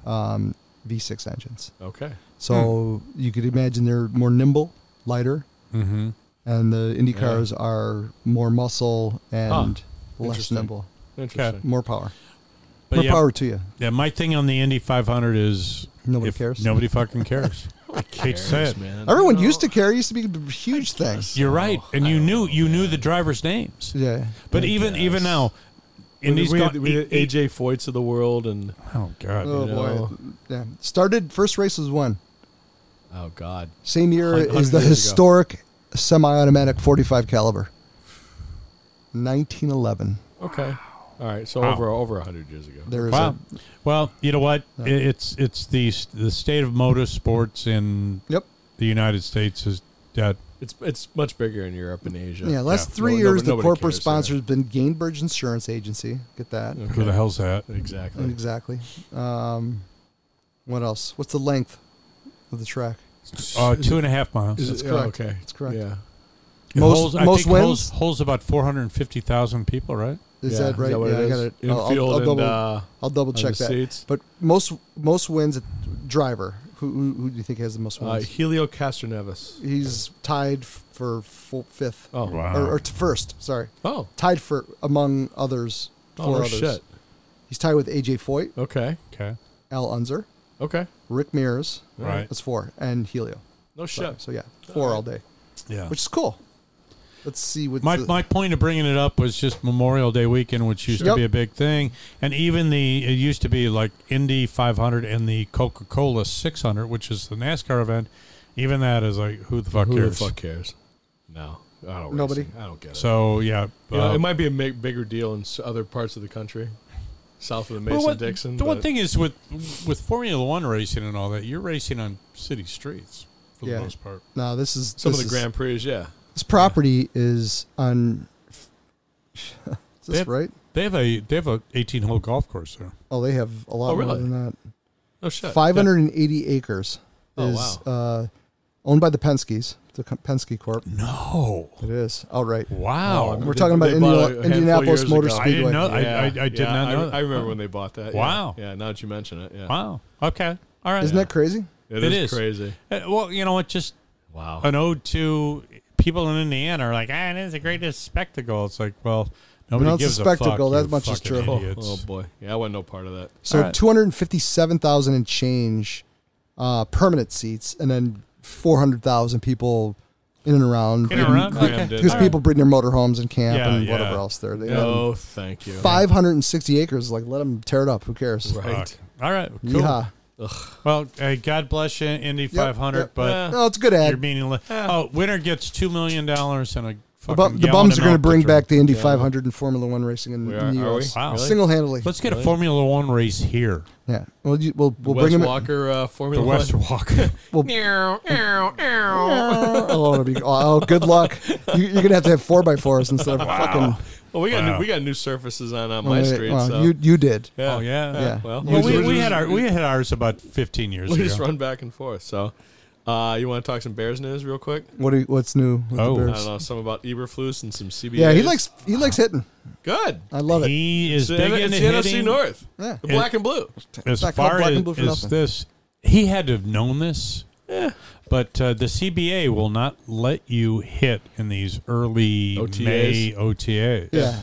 um, V6 engines.
okay.
So
Hmm.
you could imagine they're more nimble, lighter,
Mhm.
and the Indy
Yeah.
cars are more muscle and less
Interesting.
nimble,
Interesting.
more power.
But
more
yeah,
power to you.
yeah, my thing on the Indy 500 is
Nobody
if
cares.
Nobody fucking cares. Kate said,
man.
Everyone
You know,
used to care. It used to be a huge thing.
"You're right," and
I
you
don't
knew
know,
you knew
man.
the drivers' names.
Yeah.
But
I
even
guess.
even now, Indy's
we, had-
gone-
we had
E- E-
AJ Foyt's of the world and
Oh God!
Oh
you know.
boy. Yeah. Started first race was one.
oh god,
Same year
Hun-
is
hundred
the
years ago.
historic semi-automatic 45 caliber. 1911.
okay, all right. So
Wow.
over over hundred years ago.
There is
Wow.
a
Well, you know what? I- It's it's the s- the state of motorsports in
Yep.
the United States is that
It's it's much bigger in Europe and Asia.
Yeah, last
No-
three
no-
years the
nobody
corporate
cares, yeah.
sponsor has been Gainbridge Insurance Agency. Get that.
Okay.
who the hell's that?
Exactly.
Exactly. Um, what else? What's the length of the track?
Uh, two and a half miles.
Is
That's
it,
correct.
Oh, okay,
That's correct.
Yeah.
It
most-
holds, I
most
think holds,
wins?
holds about four hundred fifty thousand people, right?
Is
Yeah,
that right?
what
yeah,
it
I got
is?
it. I'll- I'll,
Infield
I'll
and
double,
uh,
I'll double
on the
check that.
seats.
But most most wins, driver. Who, who who do you think has the most
uh,
wins?
Helio Castroneves.
He's tied f- for full, fifth
Oh
or, or t- first. Sorry,
Oh.
tied for among others.
Oh
four
no
others.
shit.
He's tied with AJ Foyt,
Okay.
okay,
Al Unzer,
Okay.
Rick Mears.
right?
That's four, and Helio.
No
So,
shit.
so yeah, four all day,
Yeah.
which is cool. Let's see what
My,
the,
my point of bringing it up was just Memorial Day weekend, which used to
Yep.
be a big thing, and even the it used to be like Indy 500 and the Coca Cola 600, which is the NASCAR event. Even that is like who the fuck
Who
cares?
the fuck cares? No, I don't.
Nobody?
racing. I don't get it.
So yeah,
You know,
uh,
it might be a mi- bigger deal in s- other parts of the country, south of the
Well,
Mason
what-
Dixon.
The one
but-
thing is with with Formula One racing and all that, you're racing on city streets for
Yeah.
the most part.
no, this is
some
this
of the
is-
Grand Prix, yeah.
This property is on. Is this
Yep.
right?
They have a they have a 18 hole golf course there.
Oh, they have a lot
Oh,
more
really?
than that.
Oh shit,
580 acres
Oh,
is uh, owned by the Penske's, the Com- Penske Corp.
No,
It is outright.
wow,
We're
They-
talking about
they bought a
Indiana-
handful of
Indianapolis
years
Motor
ago.
Speedway.
I didn't know. I, I, I did
yeah,
not know.
I,
that.
I remember when they bought that. yeah.
Wow.
Yeah, now that you mention it, yeah.
Wow. Okay. All right.
Isn't that crazy?
It
it
is.
is, crazy. Oh,
Uh, well, you know what? Just
Wow.
an ode to people in Indiana are like, ah, it is the greatest spectacle. It's like, well, nobody
No, it's a
gives
spectacle.
fuck,
That
you
much is
fucking
true.
oh,
idiots.
oh, boy, yeah, I wasn't no part of that.
So
All right.
257,000 and change uh, permanent seats, and then 400,000 people in and around.
In and around?
Because-
Crammed in.
Because
All
people bring their motorhomes and camp
Yeah,
and
yeah.
whatever else there. They
No, thank you.
560 acres. Like, let them tear it up. Who cares?
Right.
Fuck. All right. Cool.
Yeehaw.
Well, hey, God bless you, Indy 500,
yep.
but
Yeah.
No, it's a good
you're
ad.
meaningless. Oh, winner gets $2 million and a
The,
fucking
bum- the
gallon
bums
of
are going to
milk
bring
drink.
back the Indy
Yeah.
500 and Formula One racing in,
We
in
are-
the
are we?
U.S.
Wow. Really?
Single handedly.
Let's get a
Really?
Formula One race here.
Yeah. Well, you, we'll, we'll
Wes
bring them.
Walker uh,
The
Formula
West
One.
Walk.
oh, it'll be- oh, good luck. You, you're going to have to have 4x4s instead of fucking.
Well, we got
Wow.
new, we got new surfaces on uh,
Well,
my street.
Oh, well,
so.
you, you did.
yeah.
Oh, yeah.
Yeah.
Well,
You
Well,
We're
we, we
just-
had our we had ours about 15 years
we
ago.
just run back and forth. So, uh, you want to talk some Bears news real quick?
What do you, what's new with
Oh.
the
I don't
Bears?
know, some about Eberflus and some CBA.
Yeah, he likes he likes hitting.
good.
I love it.
He is
It's the,
big
it's
into
the NFC
hitting.
North,
Yeah.
the black and blue.
as
Not called
far
black
as,
and blue for
as
nothing.
this, he had to have known this. But uh, the CBA will not let you hit in these early
OTAs.
May OTAs.
Yeah.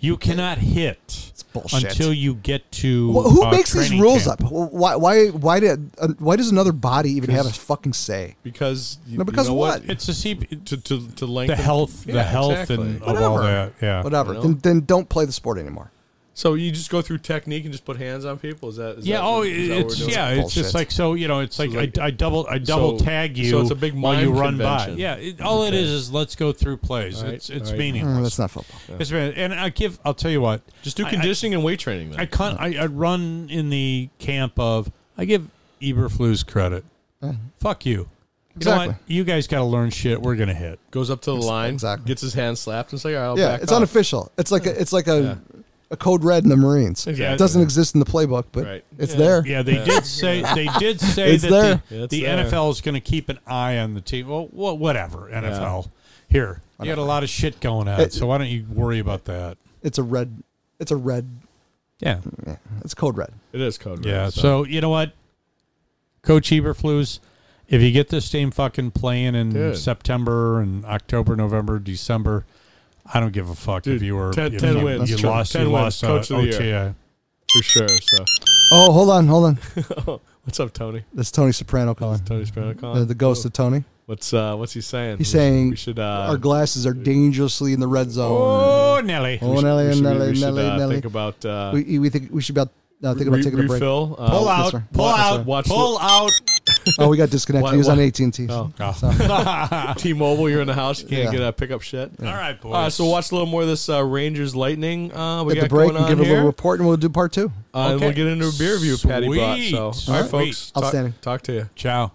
You cannot hit
bullshit.
until you get to.
Well, who
uh,
makes these
training
rules
camp.
up? Wh- Why why why did uh, why does another body even have a fucking say?
Because you,
No, because
you know
what?
It's the CB,
To to to
the
lengthen
health, the
Yeah,
health,
exactly.
and of all
Whatever.
that. Yeah.
Whatever.
You know?
Then then don't play the sport anymore.
So you just go through technique and just put hands on people. Is that? Is
Yeah.
That,
Oh,
what- is that what
it's
we're doing?
yeah. It's just
Bullshit.
like so. You know, it's like,
like-
I, I double I double tag you.
so it's a big
while you
mime
run by.
convention.
Yeah. It, all it is is let's go through plays.
All right,
It's it's
all right.
Mm,
meaningless.
that's not football.
It's been, and I give. I'll tell you what.
Just do
I- I-
conditioning and weight training. Then.
I, con- I I run in the camp of I give Eberflus credit. Fuck you. You know what?
Uh-huh. Exactly.
You guys got to learn shit. We're gonna hit.
Goes up to the line,
exactly.
gets his hand slapped, and it's like, all right, I'll
Yeah,
back
it's
off.
unofficial. It's like a, it's like a, a code red in the Marines.
Exactly.
It doesn't exist in the playbook, but
Right.
it's
Yeah.
there.
Yeah, they did say they did say
It's
that
there.
the,
Yeah, it's
the
there.
NFL is going to keep an eye on the team. Well, wha- whatever NFL. Here, you got a lot of shit going on,
It-
so why don't you worry about that?
It's a red. It's a red.
Yeah,
yeah, It's code red.
It is code.
yeah.
red,
So, you know what, Coach Eberflus, if you get this team fucking playing in
Dude.
September and October, November, December, I don't give a fuck
Dude,
if you were
ten-
if
ten
you,
wins.
You
Sure.
lost.
Ten
you
wins,
lost.
Coach
uh,
of the year.
OTA.
for sure. So,
Oh, hold on, hold on.
what's up, Tony?
This is Tony Soprano calling.
Tony Soprano calling?
Uh, The, the ghost of Tony.
What's uh, what's he saying?
He's saying
we should. Uh,
Our glasses are dangerously in the red zone.
Oh, Nelly.
Oh,
we
Nelly,
should,
Nelly,
we should,
Nelly,
uh,
Nelly.
think about uh,
we, we think we should about uh, think about
re-
taking a break.
refill. Uh,
Pull out.
right.
Pull
That's
out.
right.
Watch
Pull out.
Oh, we got disconnected.
Why-
he was on
why-
AT and T.
Oh.
All
T-Mobile, you're in the house. You can't
Yeah.
get a pickup shit.
right, boys.
Uh, so watch a little more of this uh, Rangers Lightning. Uh, we
Get
got
the break
going
and
on
give a
here.
little report, and we'll do part two.
Uh, and we'll
Okay.
get into a beer review, Patty brought.
Sweet.
So, all right,
Alright.
folks. Talk,
Outstanding.
Talk to you.
Ciao.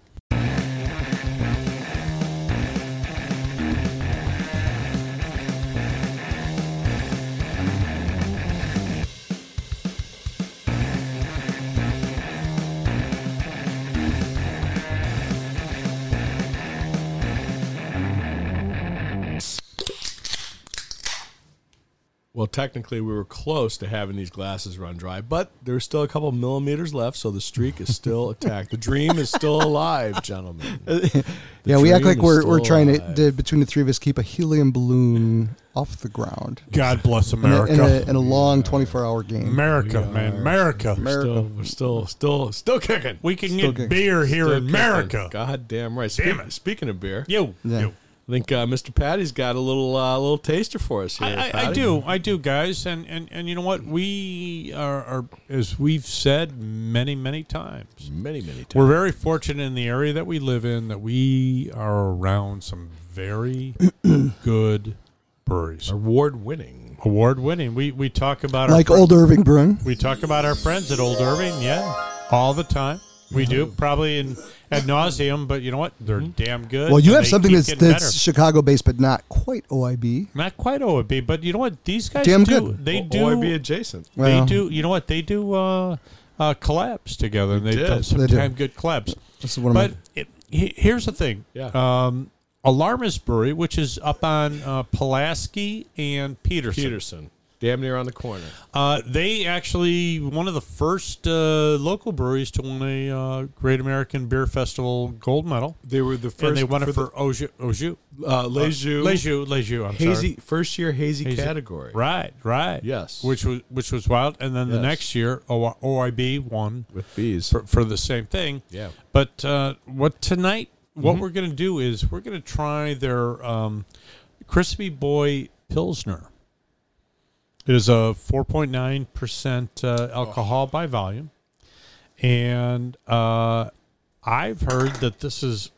Well, technically, we were close to having these glasses run dry, but there's still a couple millimeters left, so the streak is still attacked. The dream is still alive, gentlemen.
yeah, we act
dream
like
is
we're
still
we're trying
alive.
to, to between the three of us keep a helium balloon off the ground
God bless
in a,
America.
in a, in a long twenty four hour game.
America, man. America.
Still, we're still, still, still kicking.
We can
Still
get
good.
beer here
Still
in
kicking.
America.
God damn right.
Damn
Speak-
it.
Speaking of beer,
Yo,
Yeah.
yo.
I think uh, Mr. Patty's got a little, uh, little taster for us here.
I, I, I
Patty.
do, I do, guys, and, and and you know what? We are, are, as we've said many, many times,
many, many times.
we're very fortunate in the area that we live in that we are around some very good breweries,
Award-winning.
award winning. We we talk about our
Like
friends-
old Irving Brewing.
We talk about our friends at Old Irving, yeah, all the time. We do probably in ad nauseum, but you know what? They're damn good.
Hmm. Well, you
and
have
they
something
keep
that's
getting
that's
better.
Chicago based, but not quite OIB.
not quite OIB, but you know what? These guys
Damn
do.
good.
They
O-
do.
OIB adjacent.
they
Well,
do. You know what? They do uh, uh, collabs together, and they've
did.
done some
They do.
damn good collabs.
This is one of
but
my.
it, he- here's the thing.
Yeah.
Um, Alarmist Brewery, which is up on uh, Pulaski and Peterson.
Peterson, damn near on the corner.
Uh, they actually one of the first uh, local breweries to win a uh, Great American Beer Festival gold medal,
They were the first.
and they won it
the-
for Oju Oju
uh, Lejeune
Leju Leju. I'm
hazy
sorry.
first year hazy,
Hazy.
category.
Right, right.
Yes.
which was which was wild. And then the
Yes.
next year, o- OIB won
With these,
for, for the same thing.
yeah, Mm-hmm.
But uh, what tonight? What we're going to do is we're going to try their um, crispy boy pilsner. It is a 4.9 percent uh, alcohol by volume, and uh, I've heard that this is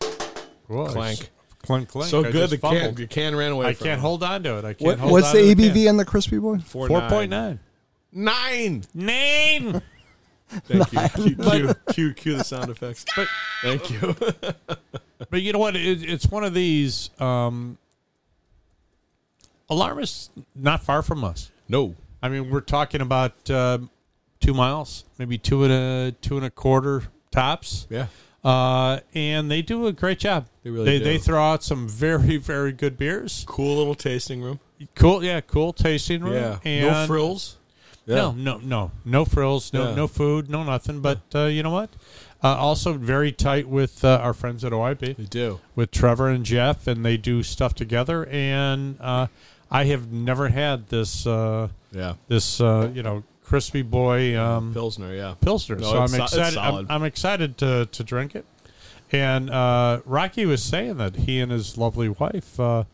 Whoa, I
Clank.
s- clank, clank.
so
I
good.
just
The can
fumbled.
the can ran away.
I
from
can't
him.
hold on to it. I can't.
What-
hold
what's
on
the
to
ABV on the Crispy Boy?
Four,
Four point nine.
nine.
Nine.
Thank you. Cue, cue, cue, cue the sound effects.
But
Thank you.
But you know what? It, it's one of these. Um, alarmists not far from us.
no,
I mean, we're talking about um two miles, maybe two and a two and a quarter tops.
yeah,
Uh, and they do a great job.
They really
they,
do.
they throw out some very very good beers.
cool little tasting room.
Cool, yeah, cool tasting room.
Yeah,
and
no frills. Yeah.
No, no, no, no frills, no
Yeah.
no food, no nothing. But uh, you know what? Uh, also very tight with uh, our friends at OIP
They do.
with Trevor and Jeff, and they do stuff together. And uh, I have never had this uh,
Yeah,
this uh, you know crispy boy um,
Pilsner. Yeah,
pilsner,
No,
so I'm
it's so- it's
excited. I'm,
solid.
I'm excited to to drink it. And uh, Rocky was saying that he and his lovely wife. Uh,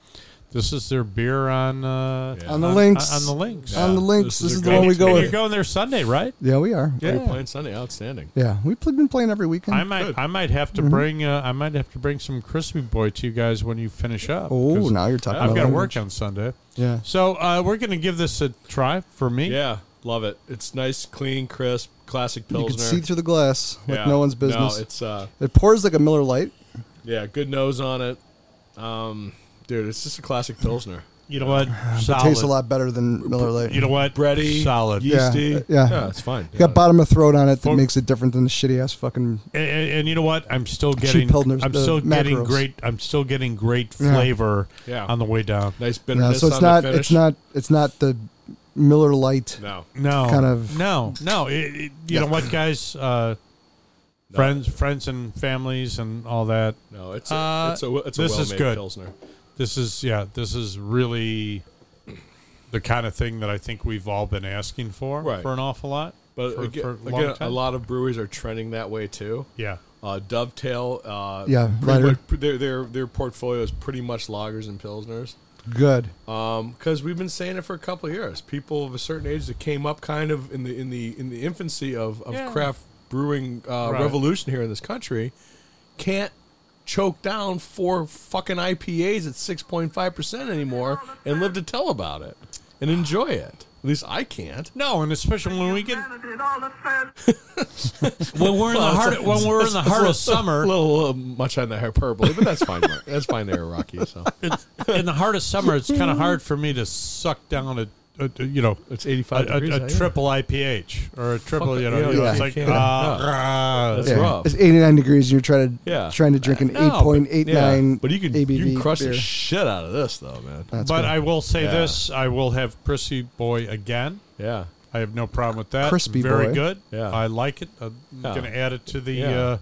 this is their beer on uh,
Yeah.
On the links.
on, the links.
Yeah.
On the links. This
This is
is
a
the
great
one we
And
go
you're
with.
going there Sunday, right?
Yeah, we are.
yeah.
Yeah,
You're playing Sunday. Outstanding.
we've pl- been playing every weekend.
I
Mm-hmm.
might, I might have
Mm-hmm.
to bring, uh, I might have to bring some crispy boy to you guys when you finish up.
oh,
'cause
now you're talking.
I've
about
got to
it.
work on Sunday.
Yeah.
So uh, we're going to give this a try for me.
Yeah. Love it. It's nice, clean, crisp, classic
You
pilsner.
can see through the glass like
Yeah.
no one's business.
No, it's uh,
it pours like a Miller Light.
yeah, good nose on it. Um, dude, it's just a classic pilsner.
You know what?
It
Solid.
tastes a lot better than Miller Light.
You know what?
Bready,
Solid.
Yeah.
yeasty.
uh, yeah.
it's fine.
Got bottom of throat on it that
For-
makes it different than the shitty ass fucking.
And, and- and you know what? I'm still getting.
Pilsners,
I'm
the
still getting
macros.
great. I'm still getting great
Yeah.
flavor
Yeah.
on the way down.
nice
Yeah,
bitterness
so it's
on
not.
the finish.
It's not. It's not the Miller Light.
No,
No,
Kind of-
No, no. It, it- you know what, guys? Uh, Friends, friends, and families, and all that.
no, it's a,
Uh,
it's a it's a
this is
well-made
good.
pilsner.
This is yeah. This is really the kind of thing that I think we've all been asking for
Right.
for an awful lot.
But
for,
again,
for a long
again, a
time.
lot of breweries are trending that way too.
Yeah,
Uh, Dovetail, uh,
Yeah,
pretty
lighter.
much- their their their portfolio is pretty much lagers and pilsners.
Good.
because we've been saying it for a couple of years. People of a certain age that came up kind of in the in the in the infancy of, of
Yeah.
craft brewing uh,
Right.
revolution here in this country can't choke down four fucking IPAs at six point five percent anymore and live to tell about it and enjoy it. At least I can't.
no, and especially when we get
and all the fans.
when we're in the
Well,
heart
it's-
when we're in the
It's a
heart
little-
of summer.
a little, uh, much on the hyperbole, but that's fine. Mark. that's fine there, Rocky. So
it's, in the heart of summer, it's kind of hard for me to suck down a, a, a- you know
it's
a,
eighty-five
a,
degrees.
a
out here.
triple IPH or a triple
Fuck
you
it.
know,
Yeah,
you know,
yeah,
it's
you
like
can't.
ah,
No.
ah.
That's
Yeah.
rough.
It's 89 degrees. and You're trying to
Yeah.
trying to drink an
No, but-
8.89
but you can
ABV.
you can crush
beer.
the shit out of this though, man.
That's
but
good.
I will say
Yeah.
this: I will have Prissy Boy again.
Yeah.
I have no problem with that.
Crispy
very
Boy.
good.
Yeah.
I like it. I'm gonna add it to the.
Yeah.
Uh,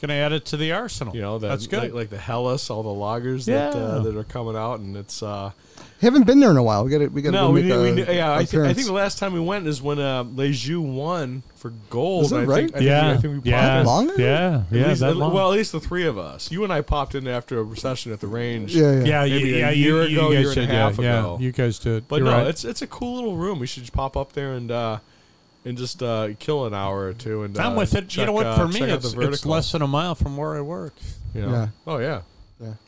gonna add it to the arsenal.
You know, the,
that's good.
Like, like the Hellas, all the loggers that uh,
Yeah.
that are coming out, and it's uh,
haven't been there in a while. We got to we got to
no, we,
make
need,
a,
we need, yeah. I, thi- I
appearance.
think the last time we went is when uh, Lejeune won for gold.
Is that
and I
right?
Think, I
yeah,
think, I think we
yeah,
popped
That long?
yeah,
in. At
yeah,
least-
that
at-
long.
Well, at least the three of us. You and I popped in after a session at the range.
yeah, yeah.
yeah,
maybe
yeah,
a
you-
year
you
ago,
guys
year and a
did,
half
yeah,
ago.
Yeah, you guys did,
But
You're
no,
right.
it's it's a cool little room. We should just pop up there and uh, and just uh, kill an hour or two. And
I'm
uh,
with it.
Check,
you know what?
uh,
For me,
check out
it's,
the
it's
vertical,
less than a mile from where I work.
you know?
Yeah.
Oh yeah.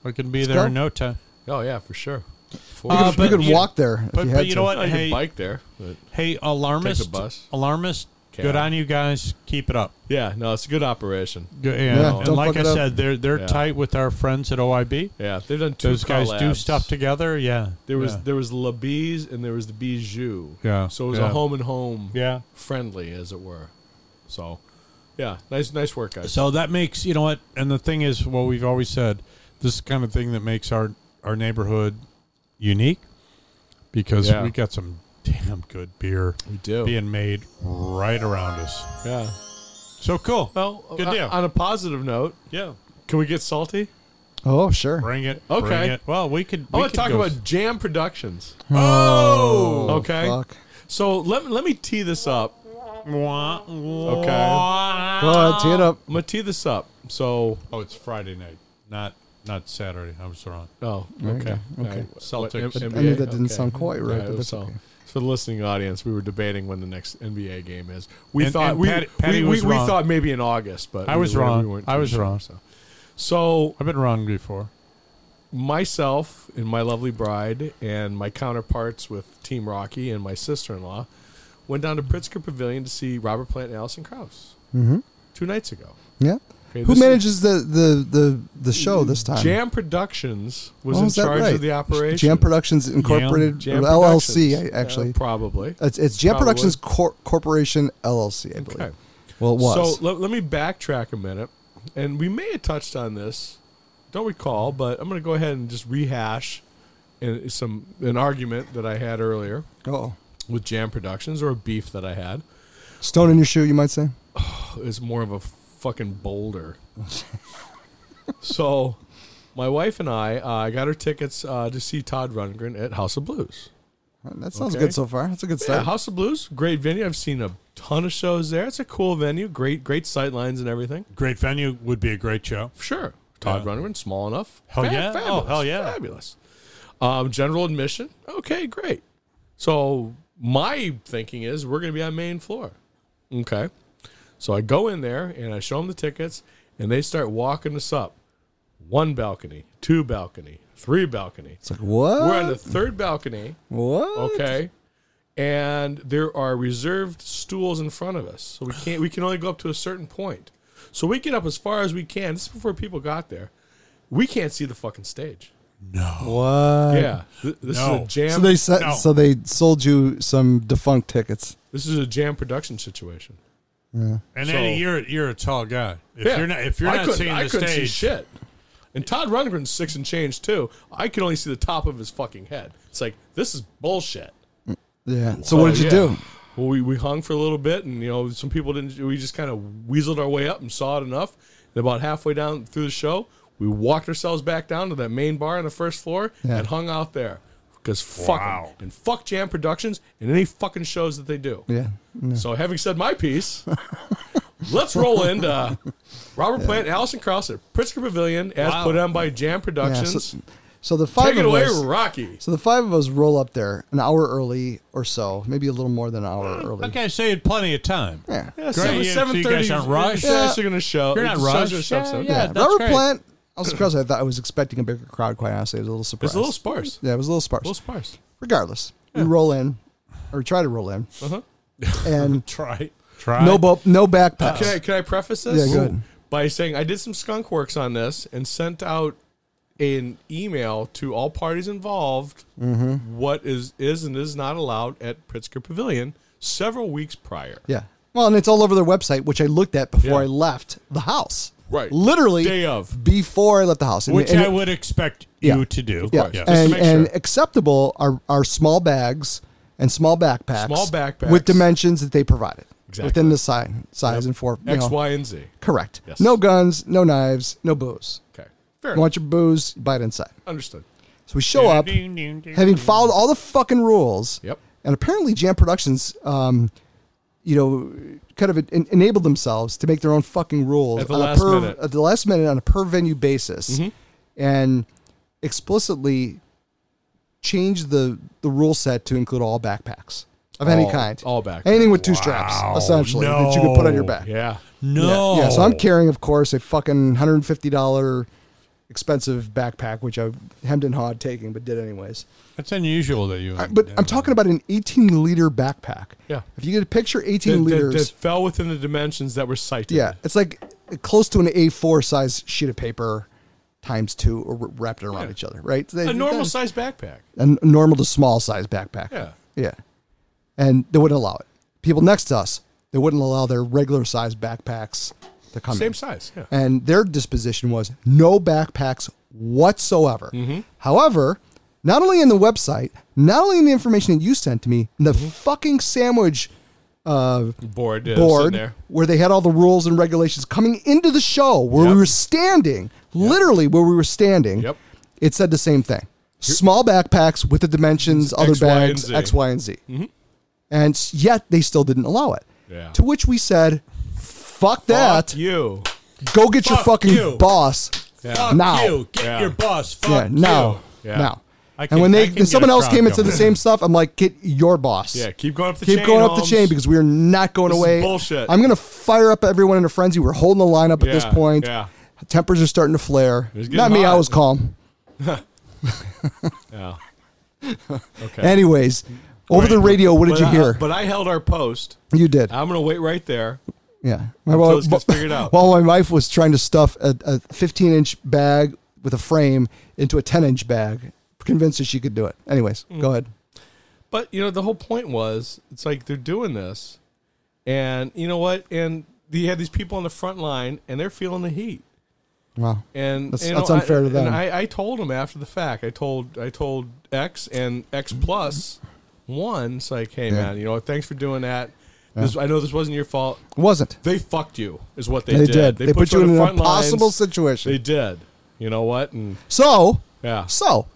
I can be
Let's
there
go.
in no time.
Oh yeah. For sure. For
You
Uh,
could,
sure.
but
you could
you-
walk there. If
But
you
you,
had
but you know
to.
what?
I could
Hey,
bike there. but-
hey, alarmist,
bus.
alarmist.
Okay.
Good on you guys. Keep it up.
Yeah, no, it's a good operation.
Go- and,
Yeah,
and
don't
like
fuck
I
it up.
said, they're they're
Yeah.
tight with our friends at OIB.
Yeah, they've done two.
Those guys do
collabs.
stuff together. Yeah,
There was
yeah.
there was La Bise and there was the Bijou.
Yeah,
So it was
yeah.
a home and home
yeah.
friendly, as it were. So, yeah, nice nice work, guys.
So that makes you know what. And the thing is, what we've always said, this is the kind of thing that makes our our neighborhood unique because
Yeah.
we got some damn good beer
we do.
being made right around us.
yeah.
So cool.
Well,
Good
o-
deal.
on a positive note,
Yeah,
can we get salty?
Oh, sure.
bring it.
Okay.
bring it. Well, we could.
I
we
want
could
to talk
go-
about Jam Productions.
Oh,
okay.
Fuck.
So let me- let me tee this up.
Wah, wah.
Okay.
Go ahead, tee it up.
I'm gonna tee this up. So,
Oh, it's Friday night, not not Saturday. I was wrong.
oh, okay,
Okay, okay.
Celtic.
Celtics. I
I knew that didn't sound quite right,
Yeah,
but that's
so,
okay.
For the listening audience, we were debating when the next NBA game is. We
And-
thought
and
we,
Patty- Patty
we, we,
was
we
wrong.
thought maybe in August, but
I
we
was
were- we
wrong.
weren't
I
too
was
sure,
wrong.
So. so
I've been wrong before.
myself and my lovely bride and my counterparts with Team Rocky and my sister-in-law went down to Pritzker Pavilion to see Robert Plant and Allison Krauss two nights ago.
Yeah.
Okay,
Mm-hmm. Who
this is-
manages the, the the the show this time?
Jam Productions was
Oh,
in
is that
charge
right?
of the operation.
Jam Productions Incorporated
Jam
or LLC.
Productions.
I- Actually,
Uh, probably.
it's, it's Jam
probably.
Productions Cor- Corporation LLC. I believe.
Okay.
Well, it was.
So let, let me backtrack a minute, and we may have touched on this, don't recall, but I'm going to go ahead and just rehash an, some an argument that I had earlier
oh,
with Jam Productions or a beef that I had.
stone in your shoe, you might say.
It's more of a fucking boulder. so, my wife and I uh, got our tickets uh, to see Todd Rundgren at House of Blues.
That sounds
Okay.
good so far. That's a good
Yeah,
start.
House of Blues, great venue. I've seen a ton of shows there. It's a cool venue, great great sight lines and everything.
Great venue would be a great show.
Sure. Todd
Yeah.
Rundgren, small enough.
Hell yeah. Oh,
Fabulous.
hell yeah.
Fabulous. Um, general admission. Okay, great. So my thinking is we're going to be on main floor. Okay. So I go in there and I show them the tickets and they start walking us up. One balcony, two balcony, three balcony.
It's like what?
We're on the third balcony.
what?
Okay. and there are reserved stools in front of us. So we can't we can only go up to a certain point. So we get up as far as we can. This is before people got there. We can't see the fucking stage.
What?
Yeah. Th- This is
No.
a jam
So they se-
No.
so they sold you some defunct tickets.
this is a jam production situation.
And
So-
Eddie, you're you're a tall guy. If
Yeah.
you're not if you're
I
not
couldn't-
seeing
I
the
couldn't see
stage,
shit. And Todd Rundgren's six and change too. I could only see the top of his fucking head. It's like this is bullshit.
Yeah. So what did you
Uh, yeah.
do?
Well, we, we hung for a little bit, and you know, some people didn't. We just kind of weaseled our way up and saw it enough. And about halfway down through the show, we walked ourselves back down to that main bar on the first floor
Yeah.
and hung out there because fuck 'em.
Wow.
and fuck Jam Productions and any fucking shows that they do.
Yeah.
So, having said my piece, let's roll into Robert Plant and Allison Krauss at Pritzker Pavilion, as
Wow.
put on by Jam
Yeah.
Productions.
So, so the five
Take it
of
away,
us.
Rocky.
So the five of us roll up there an hour early or so, maybe a little more than an hour early.
like I say, had plenty of time.
Yeah.
Mm, Yeah,
so you guys aren't rushed?
Yeah,
Yeah.
you're gonna show.
You're not
shows
rushed.
yourself,
Yeah,
so-
yeah. that's
Robert
great.
Plant. I was surprised. I thought I was expecting a bigger crowd. Quite honestly, I was a little surprised.
It's a little sparse.
yeah, it was a little sparse.
A little sparse.
Regardless, we roll in, or try to roll in,
Uh-huh.
and
Try, try.
no bo- no backpacks.
Uh, Can I, can I preface this?
Yeah, go ahead.
By saying I did some skunk works on this and sent out an email to all parties involved what is is and is not allowed at Pritzker Pavilion several weeks prior.
Yeah. Well, and it's all over their website, which I looked at before
Yeah.
I left the house.
Right.
Literally
Day of.
before I left the house. And-
which
and
I
it-
would expect
Yeah.
you to do.
Yeah.
yeah. Just to
And,
make
and
sure.
acceptable are, are small bags and small backpacks.
Small backpacks.
With dimensions that they provided.
Exactly.
Within the size, size and four. you
X,
know,
Y, and Z.
Correct.
Yes.
No guns, no knives, no booze.
Okay.
You
Fair. enough.
want your booze, you buy it inside.
Understood.
So we show up having followed all the fucking rules.
Yep.
And apparently, Jam Productions, um, you know, kind of en- enabled themselves to make their own fucking rules
At the
on
last
a per,
minute. Mm-hmm.
at the last minute on a per venue basis, and explicitly changed the the rule set to include all backpacks of any
All-
kind,
all backpacks.
anything with two straps,
Wow.
essentially that you could put on your
No.
back.
Yeah.
No.
Yeah, so I'm carrying, of course, a fucking hundred and fifty dollar expensive backpack, which I hemmed and hawed taking, but did anyways.
That's unusual that you.
But I'm talking about an 18 liter backpack.
Yeah.
If you get a picture, 18
That, that,
liters.
that fell within the dimensions that were cited.
yeah, it's like close to an A4 size sheet of paper times two, or wra- wrapped around
Yeah.
each other, right?
A normal size backpack.
a n- normal to small size backpack.
Yeah.
Yeah. And they wouldn't allow it. People next to us, they wouldn't allow their regular size backpacks to come in.
Same size. Yeah.
and their disposition was no backpacks whatsoever.
Mm-hmm.
However, not only in the website, not only in the information that you sent to me, in
Mm-hmm.
the fucking sandwich
Board. Yeah, uh, sitting
board
There.
where they had all the rules and regulations coming into the show where
Yep.
we were standing, literally where we were standing,
Yep.
it said the same thing. Small backpacks with the dimensions, other
X, Y, and
bags,
Z. Mm-hmm.
X, Y, and Z. And s- yet they still didn't allow it.
Yeah.
To which we said, fuck that.
Fuck you.
Go get your
Fuck
fucking
you.
boss
Fuck
now.
you. Get
Yeah.
your bus. Fuck
yeah, now,
you. Yeah.
now.
I can-
and when
I
they
can
when
get
someone
a
else
crowd
came and said the
going.
same stuff, I'm like, get your boss.
Yeah. Keep going up the chain.
Keep going up the
Holmes.
chain because we are not going
This is
away.
bullshit.
I'm gonna fire up everyone into frenzy. We're holding the line up at this
Yeah,
point.
yeah.
Tempers are starting to flare.
was
Not
getting
me. I
hot.
was calm.
Yeah. Okay.
Anyways, over the
Right.
radio, what did
But
you
I-
hear?
but I held our post.
you did.
I'm gonna wait right there.
yeah. My
until
wa-
this gets figured out.
While my wife was trying to stuff a, a 15 inch bag with a frame into a 10 inch bag, convinced that she could do it. Anyways,
Mm.
go ahead.
But you know, the whole point was it's like they're doing this, and you know what? And you had these people on the front line, and they're feeling the heat.
Wow.
And
That's-
you know,
that's unfair
I,
to them.
And I, I told them after the fact. I told I told X and X plus one. It's like, hey man, you know, what? thanks for doing that. This, I know this wasn't your fault.
It wasn't.
They fucked you, is what they,
They, did. They, put, you
on
in
the
an
front lines.
impossible situation.
They did. You know what? And
so,
yeah,
So,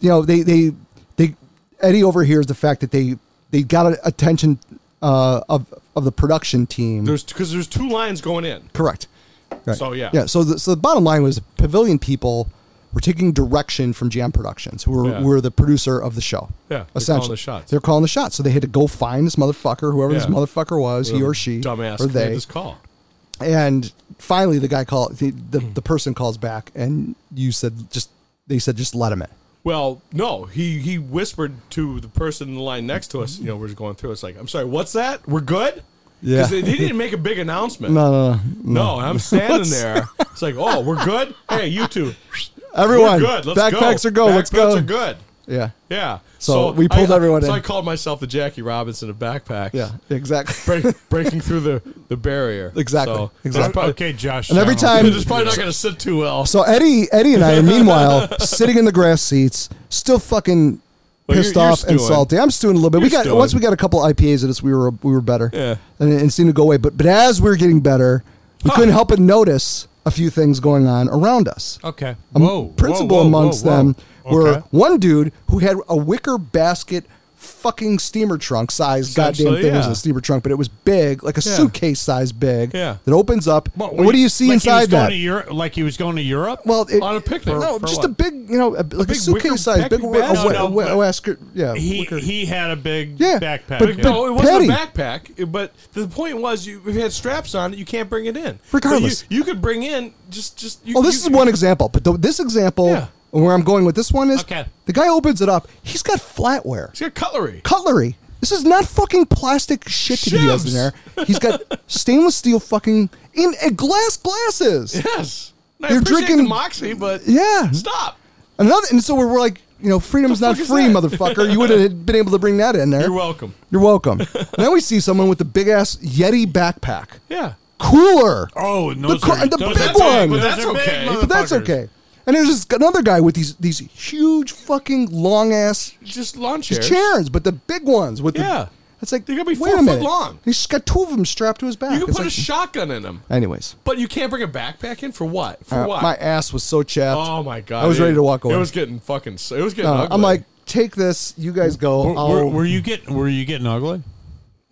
you know, they they they Eddie overhears the fact that they they got a- attention uh, of of the production team.
there's because there's two lines going in.
Correct. Right.
So, yeah.
Yeah. So the so the bottom line was Pavilion people were taking direction from Jam Productions, who were,
Yeah.
were the producer of the show.
Yeah, they're calling
essentially,
the shots.
They're calling the shots. So they had to go find this motherfucker, whoever this
Yeah.
motherfucker was, he or she,
dumbass,
or
made
they.
this call.
And finally, the guy called. The, the the person calls back, and you said just they said just let him in.
Well, no, he he whispered to the person in the line next to us. You know, we're just going through. It's like, I'm sorry, what's that? We're good.
Yeah.
'Cause they- he didn't make a big announcement.
No, no, no.
No, I'm standing there. It's like, oh, we're good. Hey, you two,
Everyone,
we're good. Let's
backpacks
go.
are go. Let's go.
Backpacks are good.
Yeah,
Yeah.
So we pulled
I,
everyone
So
in.
I called myself the Jackie Robinson of backpacks.
yeah, exactly.
Break, breaking through the, the barrier.
Exactly.
So
Exactly.
There's probably,
okay, Josh.
And every
Donald.
time-
there's probably not going to sit too well.
So Eddie, Eddie, and I, meanwhile, sitting in the grass seats, still fucking
Well,
pissed
you're- you're
off and
stewing.
salty. I'm stewing a little bit. we
You're
got
stewing.
once we got a couple IPAs in us, we were we were better.
Yeah.
and, and seemed to go away. But but as we were getting better, we couldn't help but notice a few things going on around us.
Okay.
Um,
Oh, Whoa. whoa,
principal
whoa,
amongst
whoa, whoa.
them were
Okay.
one dude who had a wicker basket fucking steamer trunk size goddamn
Essentially,
thing It was
yeah.
a steamer trunk but it was big like a
Yeah.
suitcase size big
Yeah.
that opens up
Well,
and what do you see
like he was
inside
going
that
To Europe, like he was going to Europe.
well, it,
On a picnic.
No,
For- for
just a
what?
big, you know, a, like a,
big wicker
suitcase size, big,
packing
wi- a,
bag?
wi-
No,
a
no,
wi-
but-
a basket- yeah,
he
wicker.
he had a big
Yeah.
backpack.
But-
yeah.
but-
no, it
Patty.
wasn't a backpack. eh, But the point was, you, if you had straps on it, you can't bring it in.
Regardless.
So you, you could bring in just just. You,
oh, this is
you-
one example, but the, this example
Yeah.
where I'm going with this one is
Okay.
the guy opens it up. He's got flatware,
It's got cutlery.
cutlery. This is not fucking plastic shit that he has in
Shivs.
there. He's got stainless steel fucking in uh, glass glasses.
Yes. I
You're
appreciate
drinking-
the moxie, but
Yeah.
stop.
Another, and so we're, we're like, you know, freedom's
The
not
fuck is
free,
that?
motherfucker. You would have been able to bring that in there.
You're welcome.
You're welcome. now we see someone with the big ass Yeti backpack.
Yeah.
cooler.
oh, and those
The co-
are,
the
those
big
are
one.
But
Those
that's
are big
okay.
But that's
motherfuckers.
okay. And there's this, another guy with these these huge fucking long ass
Just lawn chairs.
chairs. but the big ones with
Yeah.
the it's like
They gotta be
wait a
four foot
minute.
long.
He's got two of them strapped to his back.
You can
It's
put a
like-
shotgun in them,
anyways,
but you can't bring a backpack in for what? For
uh,
what?
my ass was so chapped.
oh my god!
I was
it-
ready to walk away.
It was getting fucking. s- It was getting.
Uh,
ugly.
I'm like, take this. You guys go.
Were,
I'll-
were, were you getting were you getting ugly?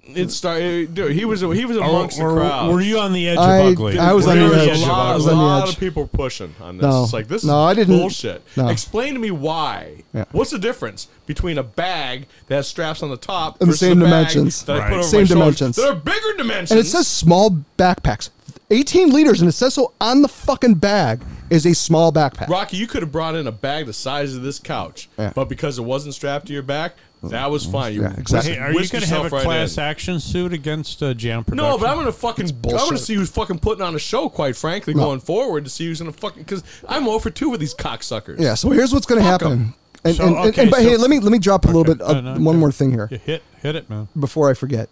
it started. Dude, he was he was amongst
Or-
the
or
crowd.
Were you on the edge
I-
of ugly?
I was
Were
on
you
the edge.
A
of-
lot,
I was
a
on the
lot
edge.
of people pushing on this.
No.
It's like this
No,
is
I didn't-
bullshit.
no.
Explain to me why.
Yeah.
What's the difference between a bag that has straps on the top
And the
versus
same
a bag
dimensions.
That I
Right.
put over
Same
my shoulders?
dimensions.
There are bigger dimensions.
and it says small backpacks, 18 liters, and it says so on the fucking bag is a small backpack.
Rocky, you could have brought in a bag the size of this couch,
Yeah. Mm.
but because it wasn't strapped to your back, that was fine. You
Yeah, exactly.
Hey, are you
whisked
going to have a
yourself right
class
in.
action suit against uh, Jam Productions?
No, but I'm gonna fucking. I'm gonna
bullshit.
see who's fucking putting on a show. Quite frankly, going forward to see who's gonna fucking. Because I'm over for two with these cocksuckers.
Yeah. So here's what's going to
Fuck
happen.
'em.
And,
So,
and, and-
okay,
and- but
so-
hey, let me let me drop a little
Okay.
bit uh,
No, no,
one
okay.
more thing here.
You hit hit it, man.
before I forget.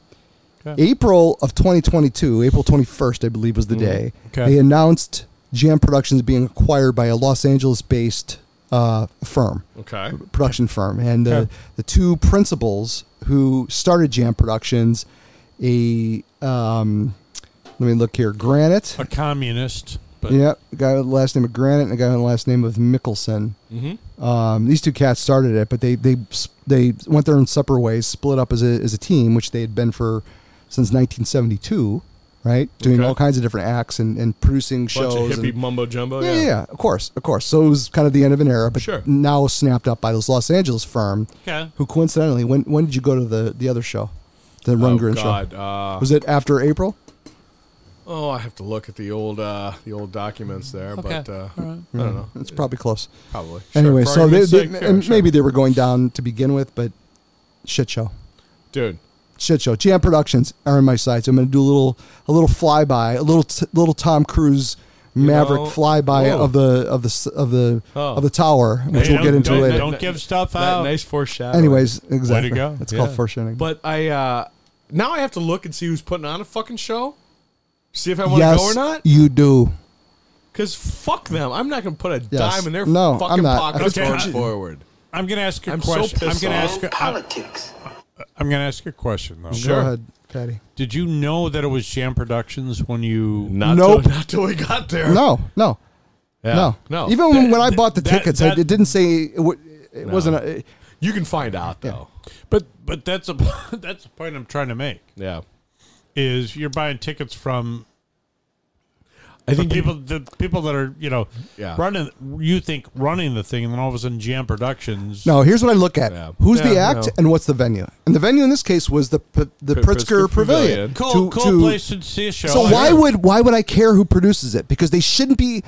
Okay. Mm-hmm.
April of 2022, April 21st, I believe, was the day
Okay.
they announced Jam Productions being acquired by a Los Angeles-based uh, firm,
Okay.
production firm, and the,
Okay.
the two principals who started Jam Productions, a um, let me look here, Granite,
A communist, but
yeah, a guy with the last name of Granite, and a guy with the last name of Mickelson. Mm-hmm. Um, these two cats started it, but they they they went their own separate ways, split up as a as a team, which they had been for since 1972, right? Doing
Okay.
all kinds of different acts and, and producing
Bunch
shows.
of hippie
and-
mumbo jumbo.
yeah, yeah, yeah, of course, of course. So it was kind of the end of an era, but
Sure.
now snapped up by this Los Angeles firm,
Okay.
who coincidentally, when when did you go to the the other show, the
Oh
Run Grin show?
God. Uh,
Was it after April?
oh, I have to look at the old uh, the old documents there, but uh, I don't know.
It's probably close.
Probably. Sure,
Anyway,
for
so they,
argument's
they,
sake,
and
sure,
maybe
sure.
they were going down to begin with, but shit show,
dude.
shit show. Jam Productions are on my side, so I'm going to do a little a little flyby, a little t- little Tom Cruise Maverick
know,
flyby
whoa.
of the of the s- of the
Oh.
of the tower, which
Hey,
we'll get
don't-
into
don't-
later.
Don't give stuff
That
out.
nice foreshadowing.
Anyways, exactly.
go.
It's
Yeah.
called foreshadowing.
But I uh, now I have to look and see who's putting on a fucking show. See if I want to
yes,
go or not.
you do.
Because fuck them. I'm not going to put a
Yes.
dime in their
No,
fucking
I'm not.
pockets
Okay.
going forward.
I'm going to ask you a
I'm so
question. I'm
pissed
going to
off.
ask. you- I,
politics.
I'm going to ask you a question though.
Sure.
Go ahead, Patty.
Did you know that it was Jam Productions when you?
Not,
Nope.
till, not till we got there.
No, no,
Yeah.
no,
No.
Even when, when I bought the
that-
tickets, I,
that-
it didn't say it, w- it wasn't. A, it-
you can find out, though.
But but that's a that's the point I'm trying to make.
Yeah.
Is you're buying tickets from
I
the
think
people the people that are you know
Yeah.
running you think running the thing and then all of a sudden Jam Productions.
No, here's what I look at:
Yeah.
who's the
Yeah,
act
no.
and what's the venue. And the venue in this case was the P- the
P-
Pritzker,
Pritzker
Pavilion.
Pavilion.
Cool,
To-
cool
to-
place to see a show.
So
I
why
heard.
would why would I care who produces it? Because they shouldn't be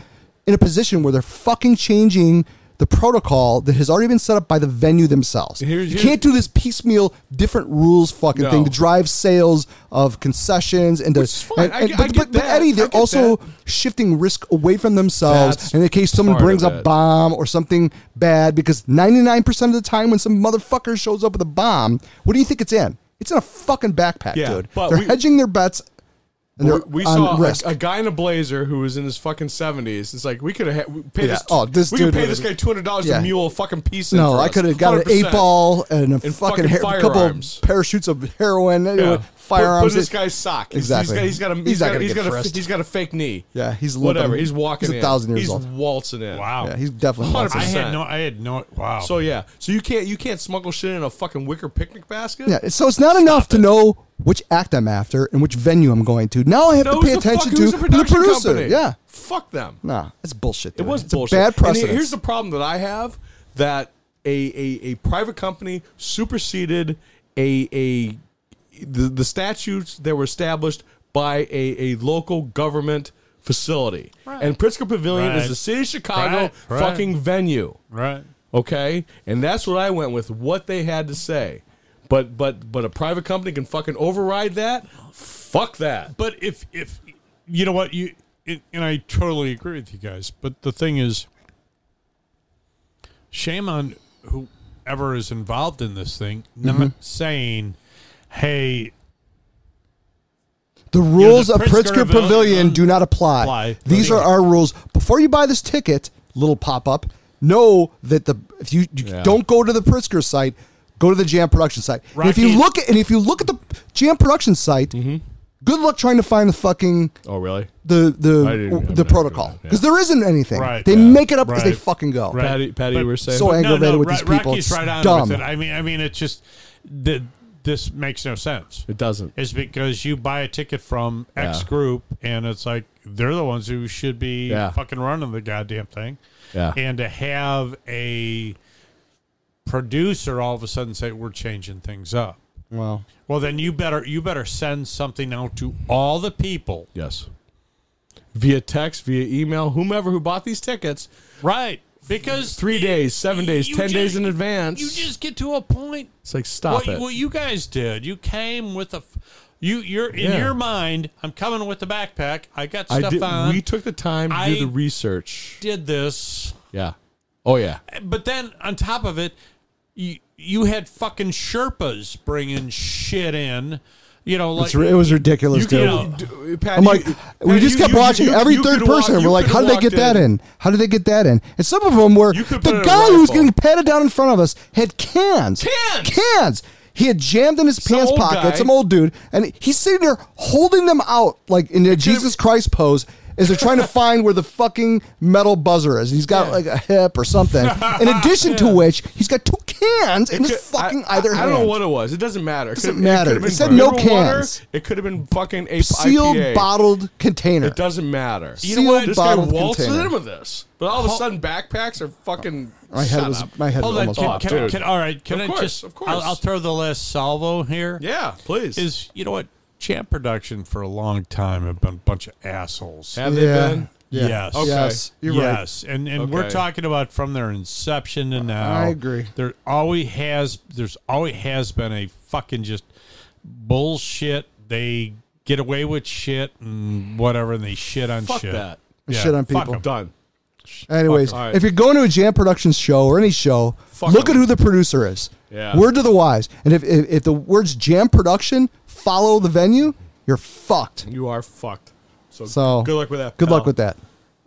in a position where they're fucking changing the protocol that has already been set up by the venue themselves.
Here's-
you
here's-
can't do this piecemeal, different rules fucking
No.
thing to drive sales of concessions and to,
Which is fine.
and-
I
and-
get-
but,
I get
but, but
that.
Eddie,
I
they're
get
also
that.
shifting risk away from themselves
That's
in the case someone
part of
brings a
it.
bomb or something bad because 99% of the time when some motherfucker shows up with a bomb, what do you think it's in? It's in a fucking backpack,
Yeah,
dude.
but
They're
we-
hedging their bets and they're
We, we
on
saw a,
risk.
a guy in a blazer who was in his fucking seventies. It's like we could have paid
Yeah.
this.
Oh, this
we could
dude
pay
was-
this guy two hundred dollars
Yeah.
to mule a fucking piece. in
No,
for
I
us.
could have got an eight
100%.
ball and a fucking,
fucking
hair- couple
firearms.
of parachutes of heroin, and
Yeah.
firearms.
Put, put in this guy's sock. He's-
Exactly.
He's got, he's got a.
He's
he's
not
got,
gonna
he's
get
got a.
frisked.
He's got a fake knee.
yeah, he's limping.
Whatever. He's walking.
He's a
in.
thousand years
he's
old.
waltzing in.
Wow.
Yeah, he's definitely.
Hundred
waltzing.
I had
percent.
no. I had no. Wow.
So yeah. So you can't. You can't smuggle shit in a fucking wicker picnic basket.
Yeah, so it's not enough to know which act I'm after and which venue I'm going to. Now I have to
Knows
pay
the
attention
fuck
to
who's
the
the production
producer.
company.
Yeah,
Fuck them.
nah, that's bullshit.
It
dude.
was
It's a
bullshit.
bad
And
precedent.
here's the problem that I have that a, a, a private company superseded a a the, the statutes that were established by a, a local government facility. And Pritzker Pavilion
Right.
is the city of Chicago
Right, right.
fucking venue.
right.
Okay? And that's what I went with, what they had to say. But but but a private company can fucking override that? Fuck that.
But if if you know what you it, and I totally agree with you guys. But the thing is, shame on whoever is involved in this thing not
Mm-hmm.
saying, "Hey,
The rules
the
of
Pritzker
Pritzker
Pavilion
Pavilion do not apply.
apply.
These are our rules. Before you buy this ticket, little pop up, know that the if you, you
Yeah.
don't go to the Pritzker site, go to the Jam Production site. And if you
Rocky-
look at and if you look at the Jam Production site,
Mm-hmm.
good luck trying to find the fucking
Oh really?
the
I didn't- I
the
mean,
the
I
protocol
don't know,
because there isn't anything.
Right,
they
yeah,
make it up because they
right,
fucking go.
right.
Patty Patty
But-
you were saying
So aggravated with
Ra-
these people.
Rocky's
It's
right on
dumb.
with it. I mean, I mean, it's just the, this makes no sense.
it doesn't.
It's because you buy a ticket from X
Yeah.
group, and it's like they're the ones who should be
Yeah.
fucking running the goddamn thing.
Yeah.
And to have a producer all of a sudden say we're changing things up.
Well,
Well, then you better you better send something out to all the people.
Yes. Via text, via email, whomever who bought these tickets,
Right. Because
three days, seven days,
you
ten days
just-
in advance.
you just get to a point
it's like stop
what,
it.
what you guys did. You came with a, f- you you're in
Yeah.
your mind. I'm coming with the backpack. I got
I
stuff
did,
on.
we took the time to
I-
do the research.
did this,
Yeah. Oh yeah.
but then on top of it, you you had fucking Sherpas bringing shit in. You know, like
it's, ri- it was ridiculous,
You could-
dude.
know,
d- Pat,
I'm like,
you-
we
Pat,
just
you-
kept
you-
watching
you-
every
you
third
could've walked-
person. We're
you
like, how did they
could've
get
walked
that in? How did they get that in? And some of them were
You could
the
put it in a
guy who was
rifle.
getting patted down in front of us had cans.
Cans!
Cans! He had jammed in his pants
old
pocket,
guy.
some old dude, and he's sitting there holding them out like in a Jesus Christ pose as they're trying to find where the fucking metal buzzer is. He's got like a hip or something. In addition to which, he's got two cans in his
I-
fucking
I,
either
I
hand.
don't know what it was. It doesn't matter. It
Doesn't
could've-
matter.
could've
It
been
said no
mineral water.
cans.
It could have been fucking a
Sealed
IPA.
bottled container.
It doesn't matter.
Sealed
This guy
bottled
waltzed
container.
in with this, but all of a sudden backpacks are fucking.
My head
Shut
was
up.
my head
hold
was
on,
almost
can,
off,
can-
dude.
can- all right, can
Of
I
course,
just?
of course.
I'll, I'll throw the last salvo here.
Yeah, please.
is you know what? Champ Production for a long time have been a bunch of assholes.
Have they been?
Yeah.
Yes.
Okay.
Yes. You're right.
yes, and and we're
Okay.
talking about from their inception to now.
I agree.
There always has there's always has been a fucking just bullshit. They get away with shit and whatever, and they shit on
Fuck
shit.
that.
Yeah,
shit on
fuck
people.
'em.
Done.
Anyways,
Fuck 'em.
if you're going to a Jam Productions show or any show,
Fuck
look
'em.
at who the producer is.
Yeah.
Word to the wise. And if, if, if the words Jam Production follow the venue, you're fucked.
You are fucked. So,
So,
good luck with that.
Good
pal.
luck with that.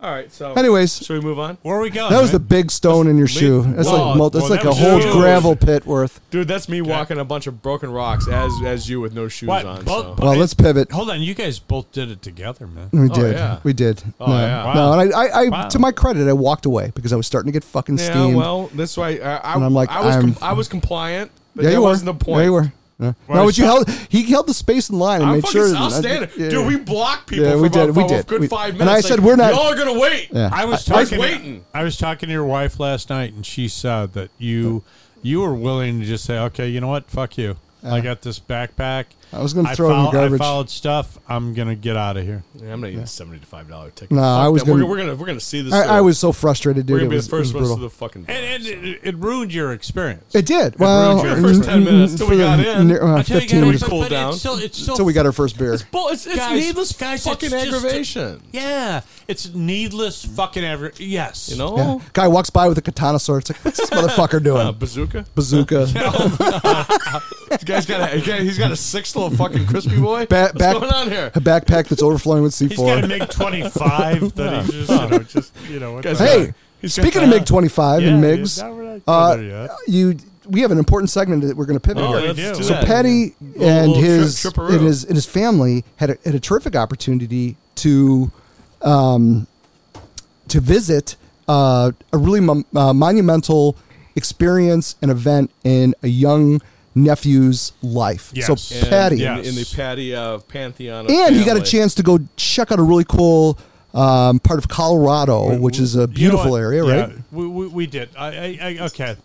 All right. So
Anyways,
should we move on,
Where are we going?
that was the
man?
big stone in your shoe. That's
Whoa,
like mul- that's
Uh, well,
like
that
a
was
whole
huge.
gravel pit worth.
dude? That's me walking a bunch of broken rocks as as you with no shoes
What?
on.
Both-
so.
both-
Well,
it-
let's pivot. Mm-hmm.
Hold on, you guys both did it together, man.
We did.
yeah.
We did.
Oh,
no.
yeah.
no, and I, I, I
Wow.
to my credit, I walked away because I was starting to get fucking
yeah.
steamed.
Well, that's why I, I,
And I'm like,
I was com-
I'm-
I was compliant. But
yeah,
that
you were.
wasn't the point.
Yeah, you were. Yeah. No, but you held. He held the space in line and
I'm
made
fucking
sure. that-
outstanding,
yeah,
dude.
yeah.
We blocked people
Yeah,
for
we
about
did,
for
we
a
did.
good
We-
five minutes.
and I
like,
said, we're not-
Y'all are gonna wait.
Yeah.
I was
I- I was
talking.
waiting.
I was talking to your wife last night, and she said that you you were willing to just say, "Okay, you know what? Fuck you." I got this backpack.
I was gonna
I
throw it in the
found-
garbage.
I followed stuff. I'm gonna get out of here.
Yeah, I'm not eating seventy to five dollar ticket.
Nah,
Fuck
I was
that. We're,
gonna-
we're gonna we're gonna see this.
I, I
uh,
was so frustrated,
We're
dude. It
gonna be
was,
the first
it was brutal.
ones to the fucking.
And, and it, it ruined your experience.
It did. Well, mm,
ruined your first 10 minutes till we
for the
got in.
near- uh,
I tell
15
you, guys,
minutes.
minutes
but-
Cool
but
down.
It's still, it's still
until we got our first beer.
Bull, it's, it's
Guys,
needless
guys,
fucking
it's just-
aggravation.
Yeah, it's needless fucking ever. Yes,
You know,
Yeah. Guy walks by with a katana sword. It's like, what's this motherfucker
uh,
doing?
bazooka.
Bazooka.
This guy's got a he got- he's got a six little fucking crispy boy.
Ba-
What's
back-
going on here?
A backpack that's overflowing with
he's got
C4.
to make twenty five. That he's just you know just you know. What
Guys,
the-
hey,
He's got
speaking of MiG 25 and MiGs,
Yeah, we're not
uh,
there yet.
you we have an important segment that we're going to pivot.
Oh,
here.
let's
do
do
that.
So
that.
Petty
Little-
and
little trip-
his
tripperoo.
and his and his family had a, had a terrific opportunity to um, to visit uh, a really mon- uh, monumental experience and event in a young nephew's life.
Yes.
So
And
Patty
in,
Yes.
in the Patty uh, pantheon, of
and he got a
family.
chance to go check out a really cool um, part of Colorado, which is
You
a
know
beautiful
what?
area,
Yeah,
right?
we, we, we did. I, I, I okay.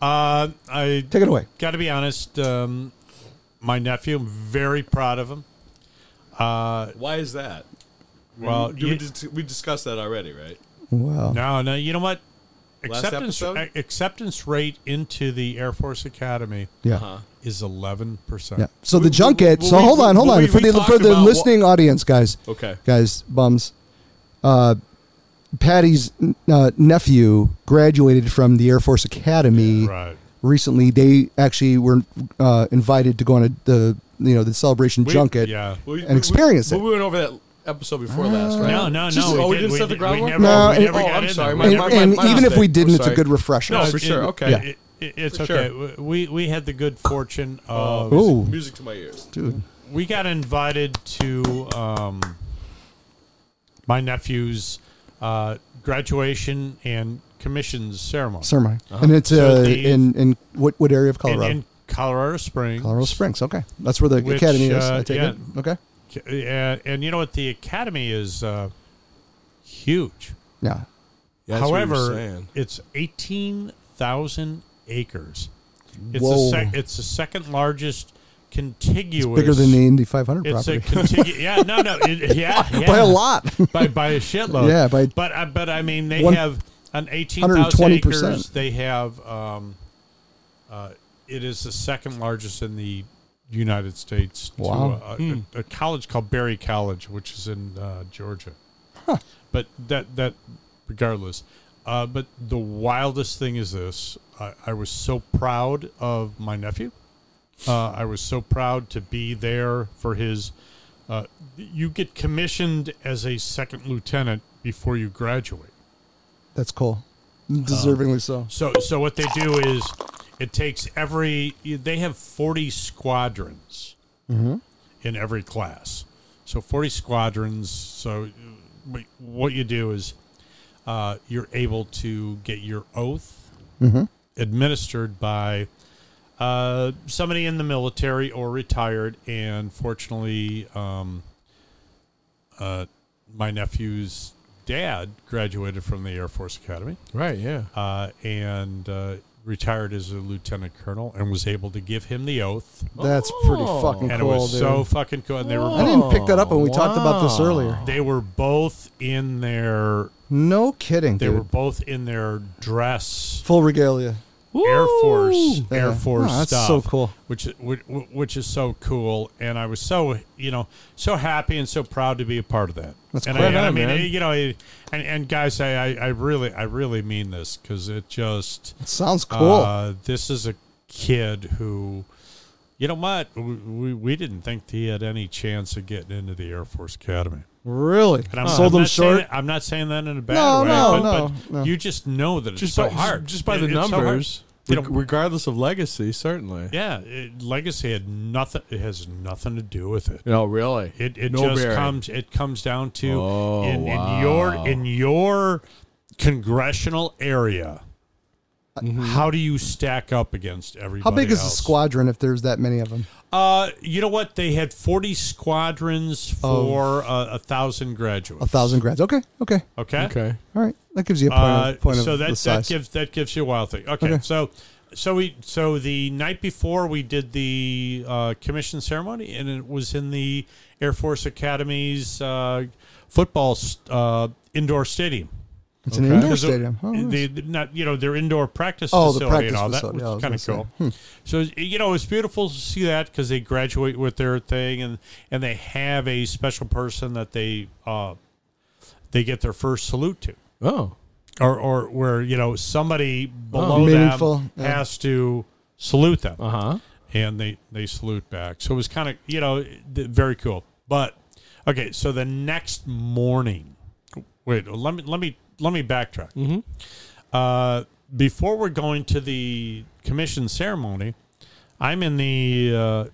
Uh, I
Take it away.
got to be honest. Um, my nephew, I'm very proud of him.
Mm-hmm. Why is that?
Well,
Do
you-
we, dis- we discussed that already, right?
Wow.
No, no. You know what?
Last
Acceptance
episode?
acceptance rate into the Air Force Academy
Yeah.
is eleven
Yeah.
percent.
So the junket.
well,
so
we-
hold on, hold
well,
on.
we-
for
we
the for
talked
the
about what-
listening audience, guys,
Okay.
guys, bums. Uh, Patty's uh, nephew graduated from the Air Force Academy
Right.
recently. They actually were uh, invited to go on a, the you know the celebration
We-
junket.
Yeah.
We,
And experience
we,
it. Uh,
We went over that episode before last, right?
No, no, no.
Just-
we
oh, we
did,
didn't
we,
set the
we
groundwork?
never-
No,
we
and-
never
Oh,
got
I'm
in
sorry,
there.
my-
And,
my-
and
my
even if
mistake.
we didn't,
I'm
it's a
sorry.
good refresher.
No,
it-
for sure.
it-
Okay.
Yeah.
it- it- it's
For Oh.
okay. We we had the good fortune of
Ooh.
Music to my ears.
Dude,
we got invited to um, my nephew's uh, graduation and commissions ceremony
sir, my. And it's
So
uh,
the-
in in what what area of
in,
Colorado?
in Colorado Springs.
Colorado Springs. Okay, that's where the
Which,
academy is.
uh,
I take it.
yeah.
Okay.
Ca- And, and you know what? The academy is uh, huge.
Yeah.
However, it's eighteen thousand acres. It's
Whoa.
the sec- it's the second largest contiguous.
Bigger than the Indy 500
It's
property
a contiguous. yeah, no, no, it, yeah, yeah,
by a lot.
by by a shitload.
Yeah, by-
but I but I mean they
One-
have an eighteen thousand
120%.
acres. They have um, uh, it is the second largest in the United States. to
Wow.
a- a, a college called Berry College, which is in uh, Georgia. But that that regardless. Uh, but the wildest thing is this: I, I was so proud of my nephew. Uh, I was so proud to be there for his. Uh, you get commissioned as a second lieutenant before you graduate.
That's cool. Deservingly so.
So, so what they do is, it takes every. They have forty squadrons in every class. So forty squadrons. So, what- what you do is, uh, you're able to get your oath administered by uh, somebody in the military or retired. And fortunately, um, uh, my nephew's dad graduated from the Air Force Academy
right? Yeah.
uh, and uh, retired as a lieutenant colonel and was able to give him the oath.
That's pretty fucking
Oh. And
Oh, cool.
it was so
dude. Oh.
fucking cool. And they
I
were
didn't pick that up when we talked about this earlier.
they were both in their
No kidding,
they
dude.
were both in their dress
Full regalia.
Air Force Air
Yeah.
Force
Oh, that's
stuff.
so cool.
Which which which is so cool, and I was so you know so happy and so proud to be a part of that.
That's
and
cool.
I,
Right
and I
on,
mean,
man.
you know, and and guys, I I I really I really mean this because it just
It sounds cool.
Uh, this is a kid who, you know what, we, we, we didn't think he had any chance of getting into the Air Force Academy.
really?
And I'm,
Sold
I'm
them
not saying
short.
that- I'm not saying that in a bad
No,
way.
no,
but,
no,
but
no.
You just know that it's
Just
so
by,
hard.
Just, just by
It-
the
it's so hard.
numbers,
You
reg-
know,
regardless of legacy, certainly.
yeah, it, legacy had nothing. It has nothing to do with it.
No, really.
It it
No
just
bearing.
comes it comes down to
Oh,
in, in
wow.
your in your congressional area. How do you stack up against everybody?
How big is the
else?
squadron if there's that many of them?
Uh, you know what? They had forty squadrons for uh, a thousand graduates.
A thousand grads. Okay. Okay.
Okay.
Okay.
All right. That gives you a point
Uh,
of, point
so
of
that
the
that
size.
gives that gives you a wild thing. Okay.
Okay.
So So we so the night before we did the uh, commission ceremony, and it was in the Air Force Academy's uh, football s- uh, indoor stadium.
It's
Okay.
an indoor
Because the-
stadium. Oh, nice.
the, the- not you know their indoor practice
Oh, the
facility and
practice
all that,
facility.
which
Yeah, I
is kind of
was
cool.
gonna hmm.
So you know it's beautiful to see that because they graduate with their thing and and they have a special person that they uh, they get their first salute to
Oh,
or or where you know somebody below
Meaningful,
them
yeah.
has to salute them
uh huh.
and they they salute back. So it was kind of you know th- very cool. But okay, so the next morning, wait, let me let me let me backtrack. Uh, before we're going to the commission ceremony, I'm in the uh,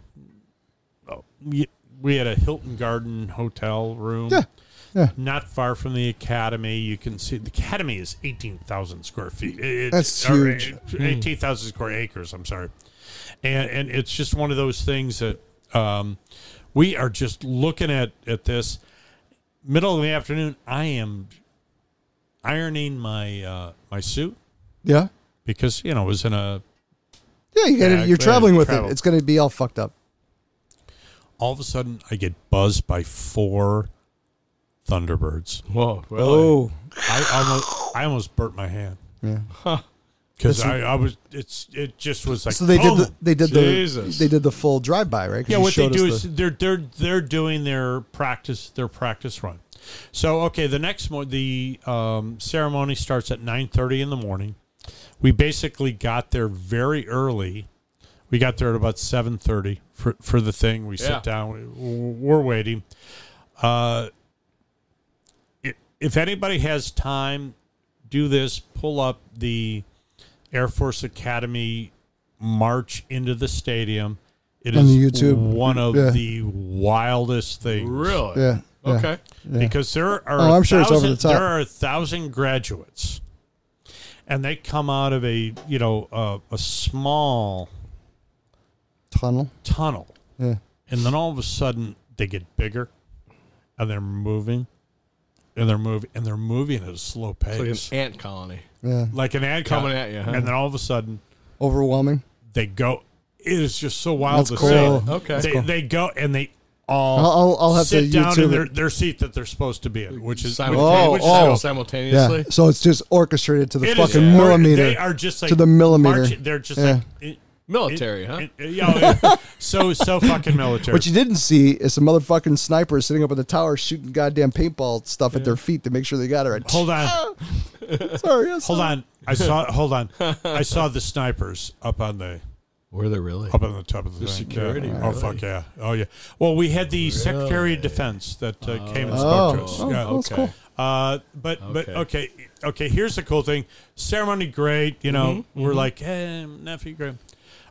oh, y- we had a Hilton Garden hotel room.
Yeah, yeah.
Not far from the academy, you can see the academy is eighteen thousand square feet. It-
That's
or
huge. Mm.
eight- Eighteen thousand square acres. I'm sorry, and and it's just one of those things that um, we are just looking at at this middle of the afternoon. I am ironing my uh, my suit
Yeah.
because you know it was in a
Yeah, you got
Yeah,
it. You're
I
traveling with
travel.
it. It's going to be all fucked up.
all of a sudden I get buzzed by four thunderbirds.
Whoa. Really?
Oh. I almost I almost burnt my hand
Yeah.
because
That's-
I, I was it's it just was like
So they did
boom.
the, they did
Jesus.
the they did the full drive by, right? 'Cause
yeah
you
what they
showed
do
us
is they're they're they're doing their practice their practice run. So okay, the next mo- the um, ceremony starts at nine thirty in the morning. We basically got there very early. We got there at about seven thirty for for the thing. We
Yeah.
sit down. We, we're waiting. Uh, i- if anybody has time, do this. Pull up the Air Force Academy march into the stadium. It is
On YouTube.
one of
Yeah.
the wildest things.
Really?
yeah. yeah.
Okay.
Because there are
Oh, I'm sure it's over
1,000
the top.
There are a thousand graduates, and they come out of a you know a, a small
Tunnel.
tunnel,
Yeah.
and then all of a sudden they get bigger, and they're moving, and they're moving, and they're moving at a slow pace,
It's like an ant colony
Yeah.
like an ad
coming
copy.
at you. Huh?
and then all of a sudden
Overwhelming.
they go. It is just so wild
That's cool.
to see.
Okay.
They, they go and they all
I'll- I'll- I'll have to
sit down in
YouTube
their,
it.
their seat that they're supposed to be in, which is
Simul-
Oh,
which is
oh.
simultaneously.
Yeah. So it's just orchestrated to the
It is-
fucking
they're-
millimeter.
They are just like
To the millimeter.
marching- They're just
Yeah.
like it-
Military, huh?
it- yeah, oh, yeah. so so fucking military.
What you didn't see is some motherfucking sniper sitting up in the tower shooting goddamn paintball stuff at their feet to make sure they got it right.
hold on,
Sorry, I
hold
saw-
on. I saw hold on. I saw the snipers up on the
Were they really?
Oh.
up on the top of the, thing.
security,
Yeah. Oh
really?
fuck yeah! Oh yeah. Well, we had the Secretary of Defense that uh, came and spoke to
Oh,
us.
oh,
yeah.
oh, that's
okay.
cool.
Uh, but but okay
Okay.
okay. Here's the cool thing: ceremony, great. You know,
Mm-hmm,
we're like, hey, nephew, great.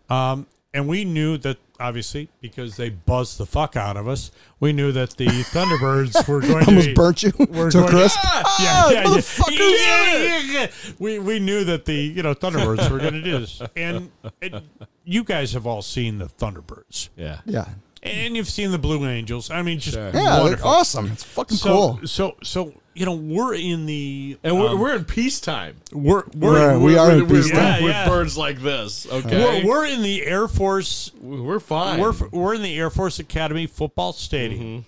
Um, and we knew that obviously because they buzzed the fuck out of us. We knew that the Thunderbirds were going to
Almost
be-
burnt you
We're
to a
going-
crisp. Ah,
yeah, yeah, yeah.
motherfuckers!
Yeah, yeah, yeah. We we knew that the you know Thunderbirds were going to do this, and it, you guys have all seen the Thunderbirds,
Yeah.
Yeah.
and you've seen the Blue Angels. I mean, just
Sure.
Yeah, they're
wonderful.
awesome. It's fucking
So
cool.
so so you know we're in the
And we're,
um,
we're in peacetime.
we're we're
We're-
we're,
we are in
with- with-
peacetime.
with-
Yeah,
with
yeah.
birds like this. Okay,
we're, we're in the Air Force
we're, fine.
we're, we're in the Air Force Academy football stadium.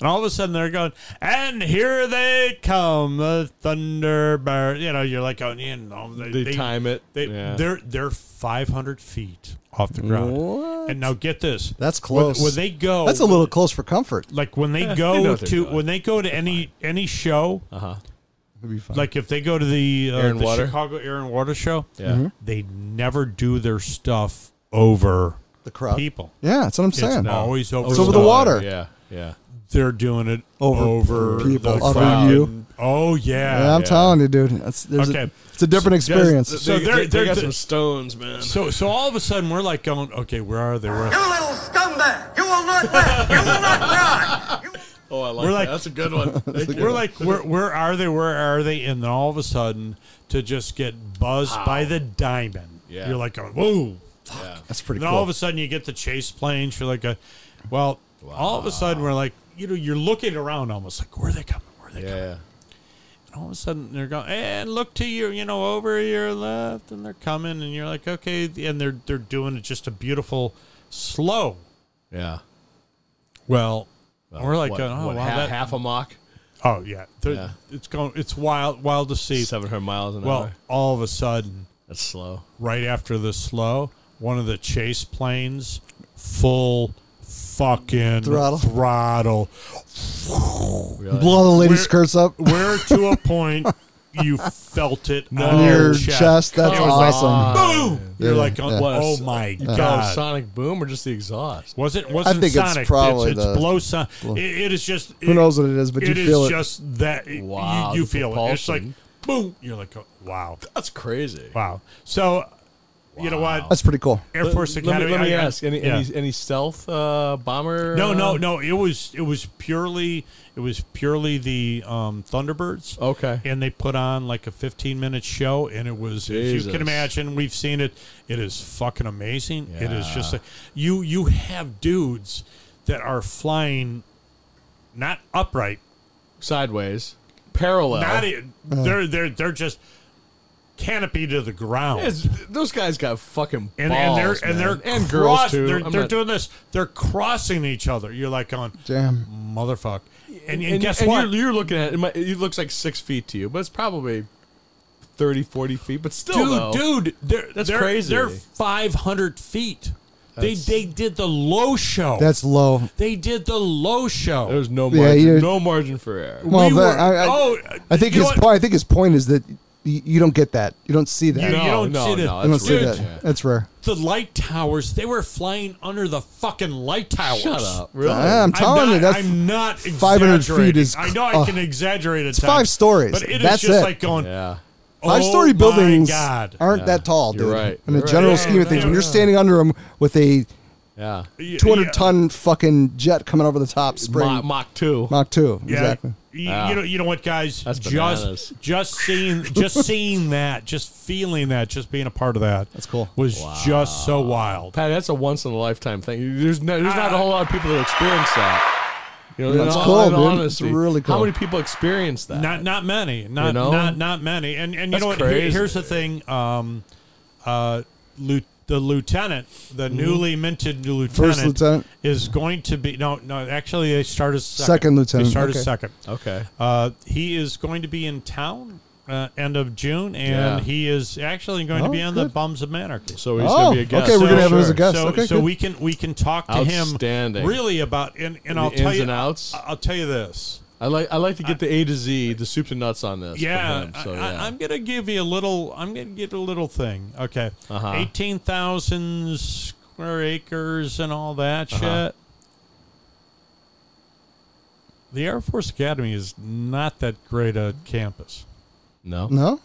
And all of a sudden they're going, and here they come, the Thunderbird. You know, you're like, oh, you know, they,
they,
they-
time it.
They,
yeah.
They're they're 500 feet off the ground.
What?
And now get this.
That's
When-
close.
When, they go,
That's a little close for comfort.
like when they
they know
go
what they're
to
doing.
when they go to any any show,
uh-huh.
It'd be fun.
like if they go to the, uh,
Air and
the
Water?
Chicago Air and Water show,
Yeah.
Mm-hmm.
they never do their stuff over
the crowd.
people.
Yeah, that's what I'm
It's
saying.
always over.
It's over the
stuff.
water.
Yeah. Yeah.
They're doing it
Over
over,
people,
the
over
crowd.
you.
Oh yeah.
Yeah, I'm
Yeah.
telling you, dude. That's, there's
Okay.
a, it's a different
So there's-
experience.
So
they,
they're-
they- they
they're-
got
they're-
some stones, man.
So so all of a sudden we're like going, okay, where are they? Where are
You little scumbag! You will not laugh! You will not cry! You will
oh, I like
we're
that.
like-
That's a good one. Thank you.
We're like, where, where are they? Where are they? And then all of a sudden, to just get buzzed by the diamond,
Yeah.
you're like, going, whoa.
Yeah.
That's pretty
And
cool.
then all of a sudden, you get the chase planes. You're like, a, well, all of a sudden, we're like, you know, you're looking around almost like, where are they coming? Where are they coming?
yeah.
And all of a sudden they're going and look to you, you know, over your left, and they're coming, and you're like, okay, and they're they're doing just a beautiful slow.
Yeah.
Well, we're like,
What-
oh
what,
wow,
half,
that-
half a mock,
oh yeah, They're-
Yeah.
it's going, it's wild, wild to see.
seven hundred miles an
well,
hour.
all of a sudden,
That's slow.
right after the slow, one of the chase planes, full fucking
Throttle.
throttle.
Really.
Blow the lady's
We're-
skirts up
We're to a point you felt it
on
on
your chest. That's
It was like,
awesome.
boom! You're
Yeah,
like, oh,
yeah.
What a
oh
s-
my
You call it
god!
Oh, sonic boom or just the exhaust?
Was it? Wasn't
think it's
sonic.
probably
it's, it's
the-
blow son- it- it is just.
Who knows what it is, but you
it is
feel it.
just that. it-
Wow,
you, you
the
feel it. It's like
propulsion.
boom. You're like, oh, wow,
That's crazy.
wow. So, you know
Wow.
what?
That's pretty cool.
Air Force
let,
Academy.
Let me, let me
I- I-
ask. Any,
yeah.
any any stealth uh, bomber?
No, no,
uh,
no. It was it was purely it was purely the um, Thunderbirds.
Okay.
and they put on like a 15 minute show and it was if you
Jesus.
can imagine we've seen it it is fucking amazing it is just
Yeah.
like you you have dudes that are flying not upright
Sideways, parallel.
not in, they're they're they're just canopy to the ground
It's- those guys got fucking
and,
balls,
and they're
man.
and they're
and
cross-
girls too.
They're,
I'm
they're
not-
doing this. They're crossing each other. You're like on
Damn.
motherfucker. And, and,
and,
guess
and
what?
You're, you're looking at it, it, might- it looks like six feet to you, but it's probably 30, 40 feet. But still,
dude,
though,
dude, they're,
That's
they're,
crazy.
They're five hundred feet. they they did the low show.
That's low.
they did the low show.
there's no
Yeah,
margin,
you're-
no margin for error.
Well,
We
but
were-
I, I,
oh,
I think
you
his
know what?
point. I think his point is that y- you don't get that. You don't see that.
You-
You,
no,
don't
no,
see the-
no,
don't
that's
see
rich.
that. That's rare.
the light towers. They were flying under the fucking light towers.
Shut up, really?
I'm
I'm
telling
not,
you, that's
I'm not
500 feet is-
exaggerating. I know I
uh,
can exaggerate it.
it's five stories.
But it is
That's
just
it.
like going
yeah,
oh
Five story
my
buildings
God.
aren't that tall, dude.
You're right.
In the
You're right.
general
Yeah,
scheme of things,
yeah,
when you're
yeah.
standing under them with a
yeah.
Yeah,
200
yeah.
ton fucking jet coming over the top, spring
Mach,
Mach,
Mach two.
2.
Yeah,
Exactly.
y- You, know, you know what, guys?
Ah. That's bananas.
just just seeing, just seeing that, just feeling that, just being a part of that.
That's cool.
Was just so wild.
Pat, that's a once in a lifetime thing. There's no, there's not a whole lot of people that experience that. You know, in
That's
all-
cool,
in
dude. It's
honesty,
really
How
cool.
many people experience that?
Not not many. Not
You know?
not not many. And and you
That's
know what? Here-
crazy.
Here's the thing. Um, uh, lieu- the lieutenant, the newly minted lieutenant,
Mm-hmm. lieutenant?
is going to be no no. Actually, they started second.
Second lieutenant,
They started
okay.
second.
okay.
Uh, he is going to be in town uh, end of June,
Yeah.
and he is actually going to
Oh,
be on the
good.
Bums of Anarchy.
So he's
Oh,
gonna be a guest.
okay, we're gonna have him as a
Sure.
guest.
So,
okay,
so
good.
we can we can talk to him
Outstanding.
really about and, and I'll
The
tell
ins
you
and outs?
I- I'll tell you this.
I like I like to get the A to Z, the soup to nuts on this. for
Yeah,
him, so,
I,
yeah.
I, I'm gonna give you a little. I'm gonna get a little thing. Okay,
Uh-huh.
eighteen thousand square acres and all that
Uh-huh.
shit. The Air Force Academy is not that great a campus.
no.
No?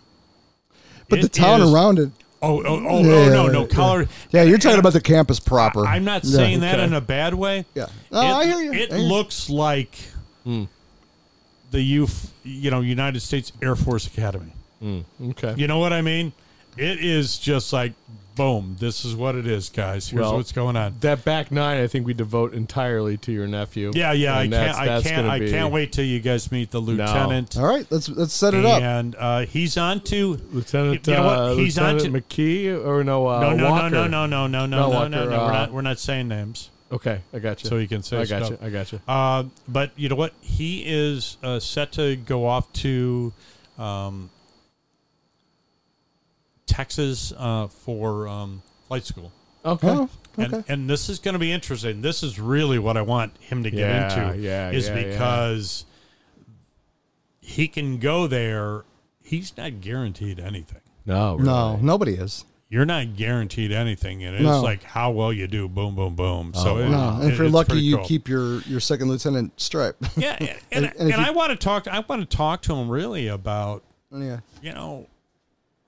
But the
It
town
is-
around it.
Oh, oh, oh,
Yeah,
oh
yeah,
no,
yeah,
no,
yeah.
color.
Yeah, you're talking about the campus proper.
I'm not
Yeah.
saying that
Okay.
in a bad way.
Yeah. No, I hear you.
It
I hear you.
looks like
Hmm.
the U, you know, United States Air Force Academy.
Okay.
You know what I mean? It is just like, boom. This is what it is, guys. Here's
Well,
what's going on.
That back nine, I think we devote entirely to your nephew.
Yeah, yeah. I
And
can't.
that's-
I
that's
can't.
gonna
I
be-
can't wait till you guys meet the lieutenant.
All right, let's let's set it up.
And uh, he's on to
Lieutenant,
You know what?
uh,
He's on
Lieutenant McKee or no? Uh,
no, no, no,
Walker.
no, no, no, no, no,
No,
no, no, no.
Walker,
We're
uh,
not. We're not saying names.
Okay, I got you.
So he can say
I got
stuff.
you. I got you.
Uh, but you know what? He is uh, set to go off to um, Texas uh, for um, flight school.
Okay.
Oh,
And,
okay.
and this is going to be interesting. This is really what I want him to get
Yeah,
into.
yeah,
is
yeah, yeah.
because he can go there. He's not guaranteed anything.
No. Really.
No, nobody is.
You're not guaranteed anything, and it's
No.
like how well you do. Boom, boom, boom. so it-
No, and
it-
if you're
it's
lucky,
pretty
you
cool.
keep your your second lieutenant stripe.
Yeah, and and,
And- and if
and
you-
I want to talk. I want to talk to him really about
yeah.
you know,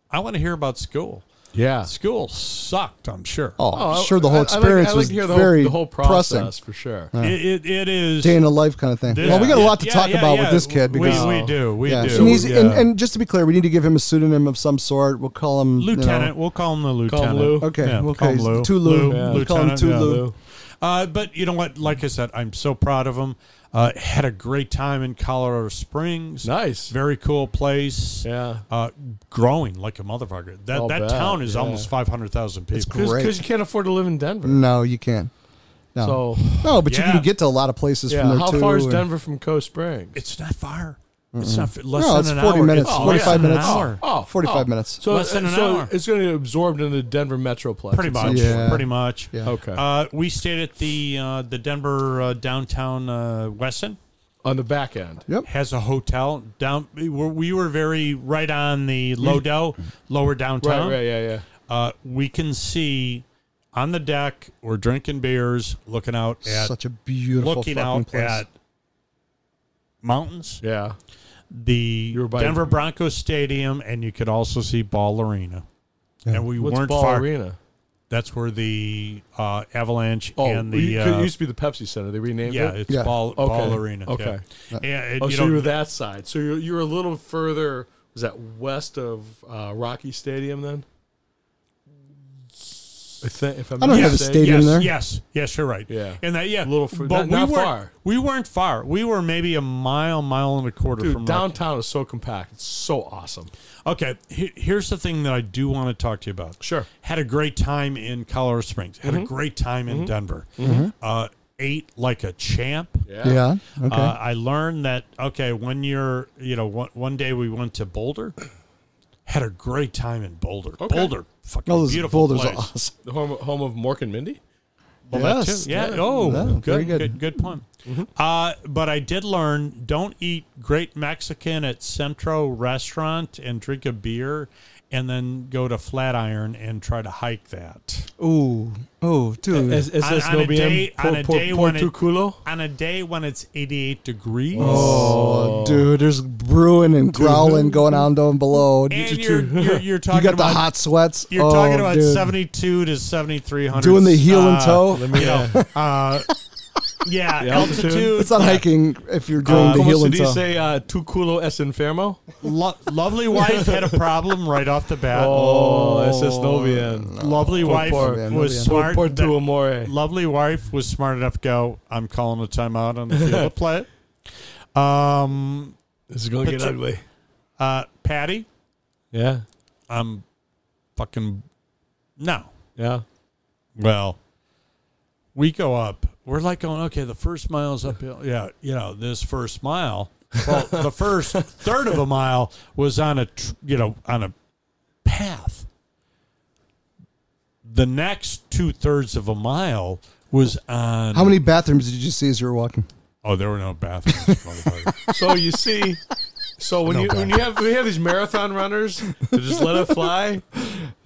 I want to hear about school.
Yeah.
School sucked. I'm sure.
Oh,
Oh, I-
I'm sure the whole
I- I like- I
experience
like
was
to hear the whole-
very
the whole process
pressing.
for sure.
it, it, it is.
Day in the life kind of thing.
this-
well, we got a
yeah,
lot to
yeah,
talk
yeah,
about with
yeah.
this kid because Oh.
we, we do. We
yeah,
do.
and, he's,
yeah.
and, and just to be clear, we need to give him a pseudonym of some sort. We'll call him you know-
lieutenant. We'll call him the lieutenant.
Lou.
okay,
Yeah,
we'll
call
call
him
him
Lou.
Tulu.
Lou, yeah.
We'll call him
Lieutenant, yeah,
Tulu.
Lou. Uh, but you know what? Like I said, I'm so proud of him. Uh, had a great time in Colorado Springs.
Nice.
Very cool place.
Yeah.
Uh, growing like a motherfucker. That
I'll
that
bet,
town is
yeah.
almost 500,000 people.
cool. Great.
Because you can't afford to live in Denver.
No, you can't. No,
So,
no, but you
Yeah.
can get to a lot of places
yeah.
from there
How
too.
far is
and-
Denver from Coast Springs?
It's not far. It's not f- less
No,
than
it's
an
40
hour.
minutes,
It's less
45
than an
minutes.
hour.
Oh,
45
oh.
minutes.
So,
Less than an
so
hour.
it's going to be absorbed into the Denver metroplex.
Pretty much.
Yeah.
Pretty much.
Yeah.
Okay.
Uh, we stayed at the uh, the Denver uh, downtown uh, Wesson.
On the back end.
Yep.
has a hotel down. We were, we were very right on the Lodo, lower
Right,
downtown.
right, yeah, yeah.
Uh, we can see on the deck. We're drinking beers, looking out at
Such a beautiful
looking
fucking
out
place.
at mountains,
Yeah.
the
were by-
Denver Broncos stadium, and you could also see Ball Arena. And we
What's
weren't
Ball
far.
Arena?
That's where the uh, Avalanche
Oh,
and
you-
the
it
uh,
used to be the Pepsi Center. They renamed
yeah,
it.
it's
Yeah.
Ball,
Okay.
Ball Arena.
Okay.
yeah. Yeah, it-
Oh,
you
so you
know,
were that side. So you're, you're a little further. Was that west of uh, Rocky Stadium then? I think, if I'm
I don't
not
have a
mistaken.
stadium.
yes,
there?
Yes, yes, you're right.
Yeah.
and that yeah,
Little fr-
but
not- not
we weren't-
far.
We weren't far. We were maybe a mile, mile and a quarter
Dude,
from Rocky.
downtown is so compact. It's so awesome.
Okay, he- here's the thing that I do want to talk to you about.
Sure. Mm-hmm.
had a great time in Colorado Springs. Had a great time in Denver. Uh, ate like a champ.
Yeah. Okay.
Uh, I learned that okay, when you're you know one, one day we went to Boulder. Had a great time in Boulder. Boulder, fucking
All Oh, those
beautiful
boulders
place.
are awesome.
The home, home of Mork and Mindy?
Well, that
Yes.
too. Yeah. Oh,
Yeah,
good,
very
good.
good.
Good. pun. Uh, but I did learn don't eat great Mexican at Centro restaurant and drink a beer and then go to Flatiron and try to hike that.
Ooh. Ooh, dude.
As, as
On-
this
on a
no BM,
day-
por-
on a
por-
day
por
when
tu
it-
culo?
On a day when it's 88 degrees.
oh, dude, there's brewing and growling going on down below. You,
And you're, you're, you're talking
got the
about
hot sweats.
you're
Oh,
talking about Ah,
dude.
72 to 7300
Doing the heel and toe.
Let me
you know,
uh,
uh, yeah,
altitude.
altitude.
It's not hiking if you're doing the heel
Como
and
se
toe.
dice uh, tu culo es enfermo?
Lo- lovely wife had a problem right off the bat.
Oh, es es no bien.
lovely
Poor-
wife
poor-
was
poor-
Por,
smart.
por tu
that-
amore.
lovely wife was smart enough to go. I'm calling a timeout on the field of play. Um,
This is going to
But
get
you-
ugly.
uh, Patty,
Yeah.
I'm fucking no.
Yeah.
Well, we go up. We're like going okay. The first mile's uphill. Yeah, you know this first mile. Well, the first third of a mile was on a tr- you know on a path. The next two thirds of a mile was on.
How many bathrooms did you see as you were walking?
Oh, there were no bathrooms. motherfucker.
So you see, so when you when you have we have these marathon runners to just let it fly.
That's,
what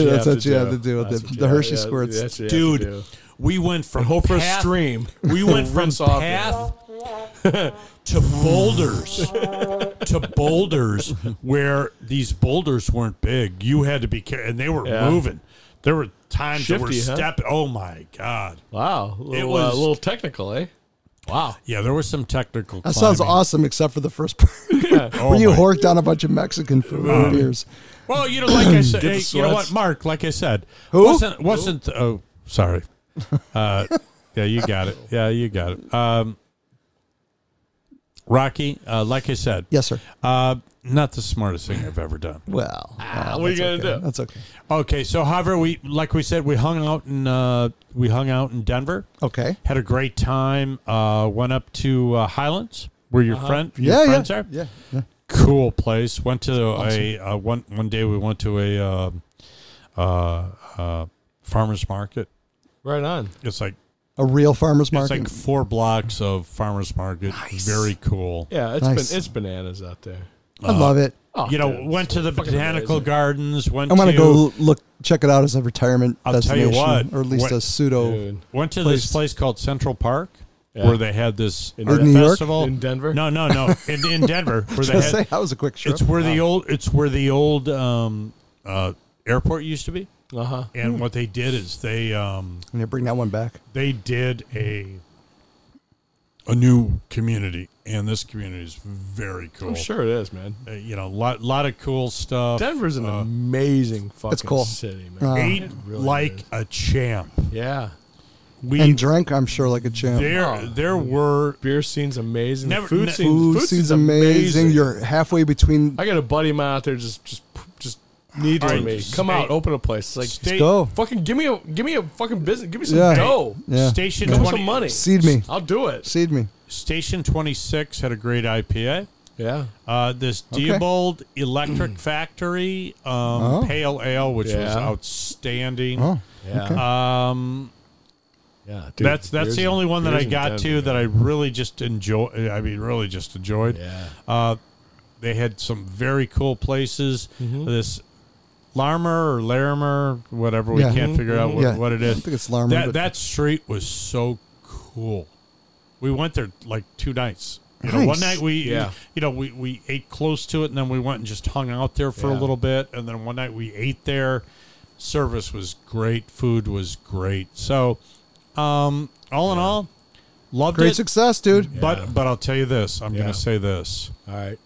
you have
what
to
you have
do.
to do with
That's
it.
what you
the
have-
Hershey
yeah,
squirts.
that's what you have to do.
dude. We went from
hope for a
path-
stream.
We went from
Rinse off it.
path to boulders to boulders where these boulders weren't big. You had to be care and they were
Yeah.
moving. There were times that were
Shifty, huh?
step. Oh my god!
Wow, a little,
It
it
was-
was a little technical, eh? Wow,
Yeah, there was some technical.
That sounds
climbing. Oh
awesome, except for the first part. When you
my- Uh-huh.
horked down a bunch of Mexican food and beers.
Well, you know, like I said,
Get the
hey, you know what,
sweats.
Mark? Like I said, wasn't wasn't oh sorry, uh, yeah, you got it, yeah, you got it. Um, Rocky, uh, like I said,
Yes, sir.
uh, not the smartest thing I've ever done.
Well,
Ah,
uh,
what are you
that's
gonna
okay.
do?
That's okay.
Okay, so however, we like we said, we hung out in uh, we hung out in Denver,
Okay.
had a great time. Uh, went up to uh, Highlands, where your friend, your
Uh-huh. yeah,
friends
yeah,
are.
yeah, yeah.
Cool place. Went to a uh, one one day. We went to a uh, uh, uh, farmers market.
right on.
It's like
A real farmer's
it's
market.
like four blocks of farmers market. Very cool.
Yeah, it's
Nice.
been it's bananas out there.
I
uh,
love it.
Oh,
you know,
dude,
went
it's
to the
fucking
botanical
amazing.
gardens. Went.
I'm gonna
to,
go look check it out as a retirement
I'll tell you
destination,
what,
or at least
what-
a pseudo.
Dude.
Went to this
Place.
place called Central Park,
Yeah.
where they had this
In
art
New York?
festival
In Denver?
No, no, no, in, in Denver, where they
I say Oh.
had,
that was a quick trip.
it's where the old it's where the old um, uh, airport used to be.
Uh huh.
And
Hmm.
what they did is they um,
I'm gonna bring that one back.
they did a a new community, and this community is very
Oh,
cool.
I'm sure it is, man.
Uh, you know, lot lot of cool stuff.
Denver's an
Uh,
amazing fucking
cool.
city, man.
Uh,
ate
really
like
is.
a champ.
yeah,
We
and drank, I'm sure, like a champ.
there there were
Beer scene's amazing.
Never-
food
ne-
scene's,
Food
food
scene's amazing. You're halfway between.
I got a buddy of mine out there just just just needling
Alright,
me.
state-
Come out, open a place. Like
state,
go.
fucking give me a give me a fucking business. Give me some
Yeah.
dough.
Yeah.
Station
Give me
20,
some money.
Seed me.
I'll do it.
Seed me.
Station 26 had a great IPA.
Yeah.
Uh, this
Okay.
Diebold Electric Factory um,
Oh.
Pale Ale, which was
Yeah.
outstanding.
Oh,
Yeah.
okay.
Um,
yeah. dude,
that's that's
beers
the
in-
only one that
beers
I
in
got
Denver.
to that I really just enjoy. I mean, really just enjoyed.
Yeah.
Uh, they had some very cool places.
Mm-hmm.
This Larmer or Larimer, whatever we
Yeah. Mm-hmm.
can't figure out what,
Yeah.
what it
I
is.
think it's Larmer,
That
but-
that street was so cool. We went there like two nights. You know, one
Nice.
night we,
Yeah.
you know, we, we ate close to it, and then we went and just hung out there for a
Yeah.
little bit, and then one night we ate there. Service was great, food was great. So, um, all in all, loved
Great
it.
success, dude.
Yeah.
But but I'll tell you this. I'm
Yeah.
going to say this.
All right.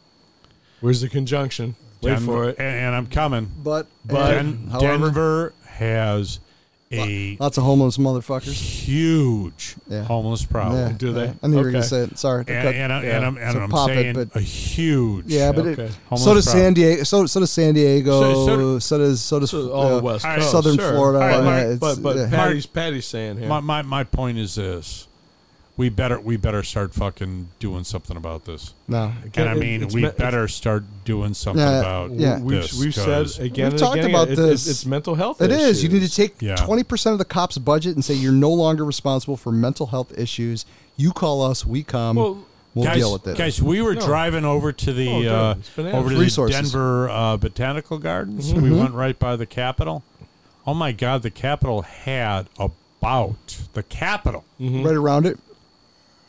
Where's the conjunction? Wait
Denver-
for it.
And, and I'm coming.
But,
But-
Den-
however,
Denver has a
lots of homeless motherfuckers.
huge
Yeah.
homeless problem.
Yeah,
do they?
yeah. I knew you were gonna
Okay.
say it. Sorry.
And,
Okay.
and, I,
Yeah.
and I'm, and
So
I'm
pop it,
saying
but-
a huge.
yeah, but
Okay.
it,
Homeless
so does
problem.
San Diego. So so does San Diego.
So-
So,
so-
does so does
So all
uh,
the West
Alright,
Coast.
Southern
sure.
Florida.
Alright,
yeah,
Mark,
it's-
but but
yeah.
Patty's Patty's saying here.
My, my my point is this: we better we better start fucking doing something about this.
no.
And I
It-
mean,
it's
we
me- it's-
better start doing something
Yeah,
about
yeah.
We've,
this.
we've said
'cause-
We've
again. and
talked
again,
about
it's- it's-
this.
It's, mental health.
It is. You need to
issues.
take
Yeah.
twenty percent of the cop's budget and say you're no longer responsible for mental health issues. You call us, we come.
Well,
We'll,
guys,
deal with it.
Guys, we were
No.
driving over to the
Oh, dude,
uh,
it's bananas.
over to
Resources. Mm-hmm.
the Denver uh, Botanical Gardens. We went right by the Capitol. Oh my God, the Capitol had about the Capitol
Right around it.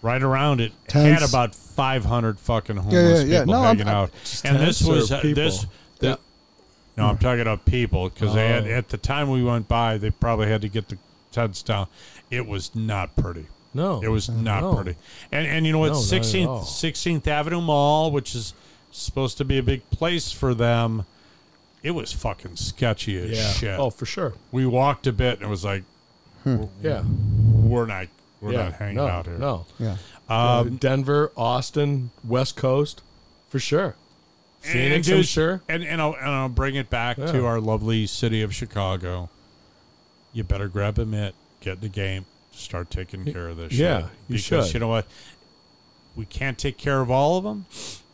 right around it
Mm-hmm. Tents.
had about five hundred fucking homeless
yeah, yeah.
people
No, I'm-
hanging
I'm-
out, and this
tents or
was uh,
people?
this.
Yeah.
the- no, I'm talking about people because they had
Oh.
at the time we went by, they probably had to get the tents down. It was not pretty.
No.
It was not
No.
pretty. And and you know
Oh, No,
what?
not at
Sixteenth
all.
Sixteenth Avenue Mall, which is supposed to be a big place for them, it was fucking sketchy as
Yeah.
shit.
Oh, for sure.
We walked a bit and it was like,
Yeah.
we're not we're
yeah.
not hanging
no,
out here.
No.
Yeah.
Um, Denver, Austin, West Coast, for sure.
And- and
Phoenix, I'm
dude,
sure.
And and I'll, and I'll bring it back
Yeah.
to our lovely city of Chicago. You better grab a mitt, get in the game, start taking care of this.
yeah,
shit.
you
because
should.
you know what? We can't take care of all of them,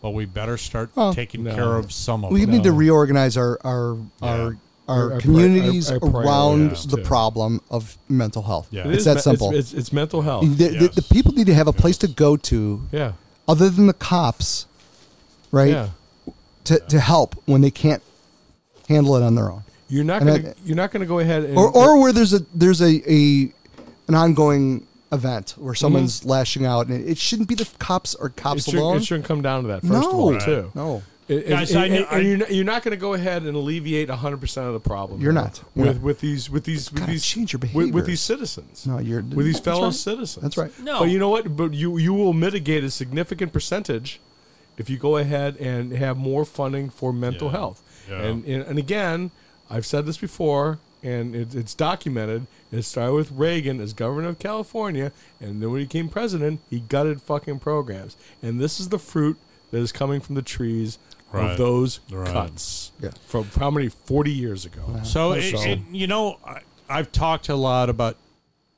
but we better start
Well,
taking
No.
care of some of
We
them.
need to reorganize our our our,
Our-
our,
our
communities
pri- our- our
around
priorities,
the
too.
problem of mental health.
Yeah. It
It's
is me-
that simple.
It's, it's mental health.
the, the-
Yes.
the people need to have a place to go to
Yeah.
other than the cops, right?
Yeah.
To, to help when they can't handle it on their own,
You're not
And I-
gonna you're not gonna go ahead and
or or where there's a there's a, a an ongoing event
Mm-hmm.
where someone's lashing out, and it shouldn't be the cops or
it,
cops
should,
alone.
it shouldn't come down to that first
no,
of all too.
no,
And,
Guys,
and-
I know-
and you're not, you're not going to go ahead and alleviate 100 percent of the problem.
You're
though,
not.
with
Yeah.
with these with these with
gotta
these
change your
with- with
behavior.
these citizens.
no. You're
with these
that's
fellow
right.
citizens.
That's right.
No.
But you know what? But you you will mitigate a significant percentage if you go ahead and have more funding for mental
Yeah.
health.
Yeah.
And, and and again, I've said this before, and it, it's documented. It started with Reagan as governor of California, and then when he became president, he gutted fucking programs. And this is the fruit that is coming from the trees
Right.
of those
Right.
cuts
Yeah.
from how many forty years ago.
So, it,
So-
it, you know, I, I've talked a lot about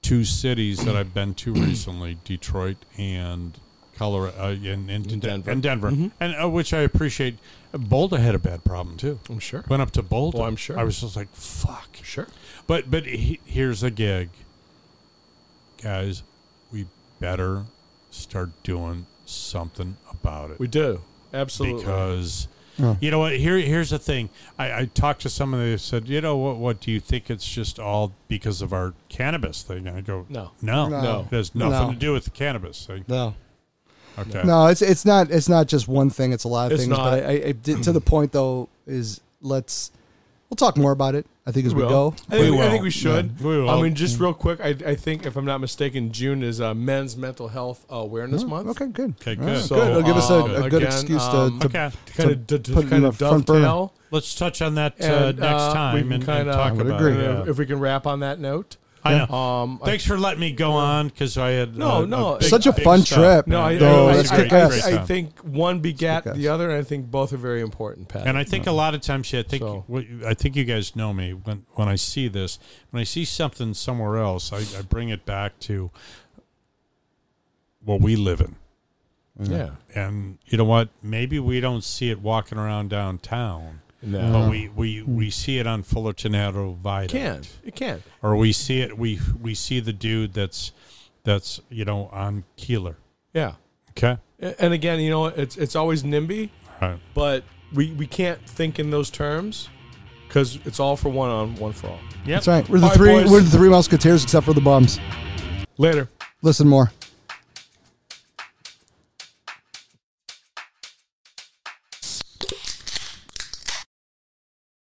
two cities that I've been to recently: Detroit and Colorado, uh, and, and, and Denver,
Denver. Mm-hmm.
and, uh, which I appreciate. Boulder had a bad problem too.
I'm sure.
Went up to Boulder.
Oh, Mm-hmm. I'm sure.
I was just like, "Fuck."
Sure.
But but he, here's a gig, guys. We better start doing something about it
We do absolutely.
because you know what here here's the thing I, I talked to someone they said you know what what do you think it's just all because of our cannabis thing and I go
No.
no
No.
it has nothing
No.
to do with the cannabis thing
No.
okay
No, it's it's not it's not just one thing. It's a lot of
It's
things.
not.
But I, I, I did- to the point though is let's we'll talk more about it. I think as we, go.
I think
We
we, I
will.
think we should.
Yeah, we will.
I mean, just real quick, I, I think if I'm not mistaken, June is uh, Men's Mental Health Awareness Month.
Oh, Okay, good.
Okay,
All right,
good.
So,
good. It'll give us a,
um,
a good
again,
excuse to,
um,
to
okay
Kind of to, to
put it
kind
in
of
the front burner.
dovetail.
let's touch on that uh,
And,
next
uh, we
time
can
and, and
kinda-
talk
I would
about
agree.
it
uh, If we can wrap on that note,
I know.
Um, I-
Thanks for letting me go on because I had
No,
uh,
no,
big-
Such a
big
fun
stuff.
trip.
No, I,
No,
I, I,
that's
I,
kick
I-
ass.
I think one begat
Kick ass.
the other, and I think both are very important, Pat.
And I think a lot of times, yeah, I think
So-
what you- I think you guys know me when when I see this, when I see something somewhere else, I, I bring it back to what we live in.
yeah,
And you know what? Maybe we don't see it walking around downtown,
no,
but we, we, we see it on Fullerton Avenue Viaduct.
can it can
or we see it we we see the dude that's that's you know on Keeler.
yeah.
Okay.
A- And again, you know, it's it's always NIMBY, but we we can't think in those terms because it's all for one on one for all.
That's right. We're the
All right,
three.
boys.
We're the three musketeers, except for the bums.
Later.
Listen more.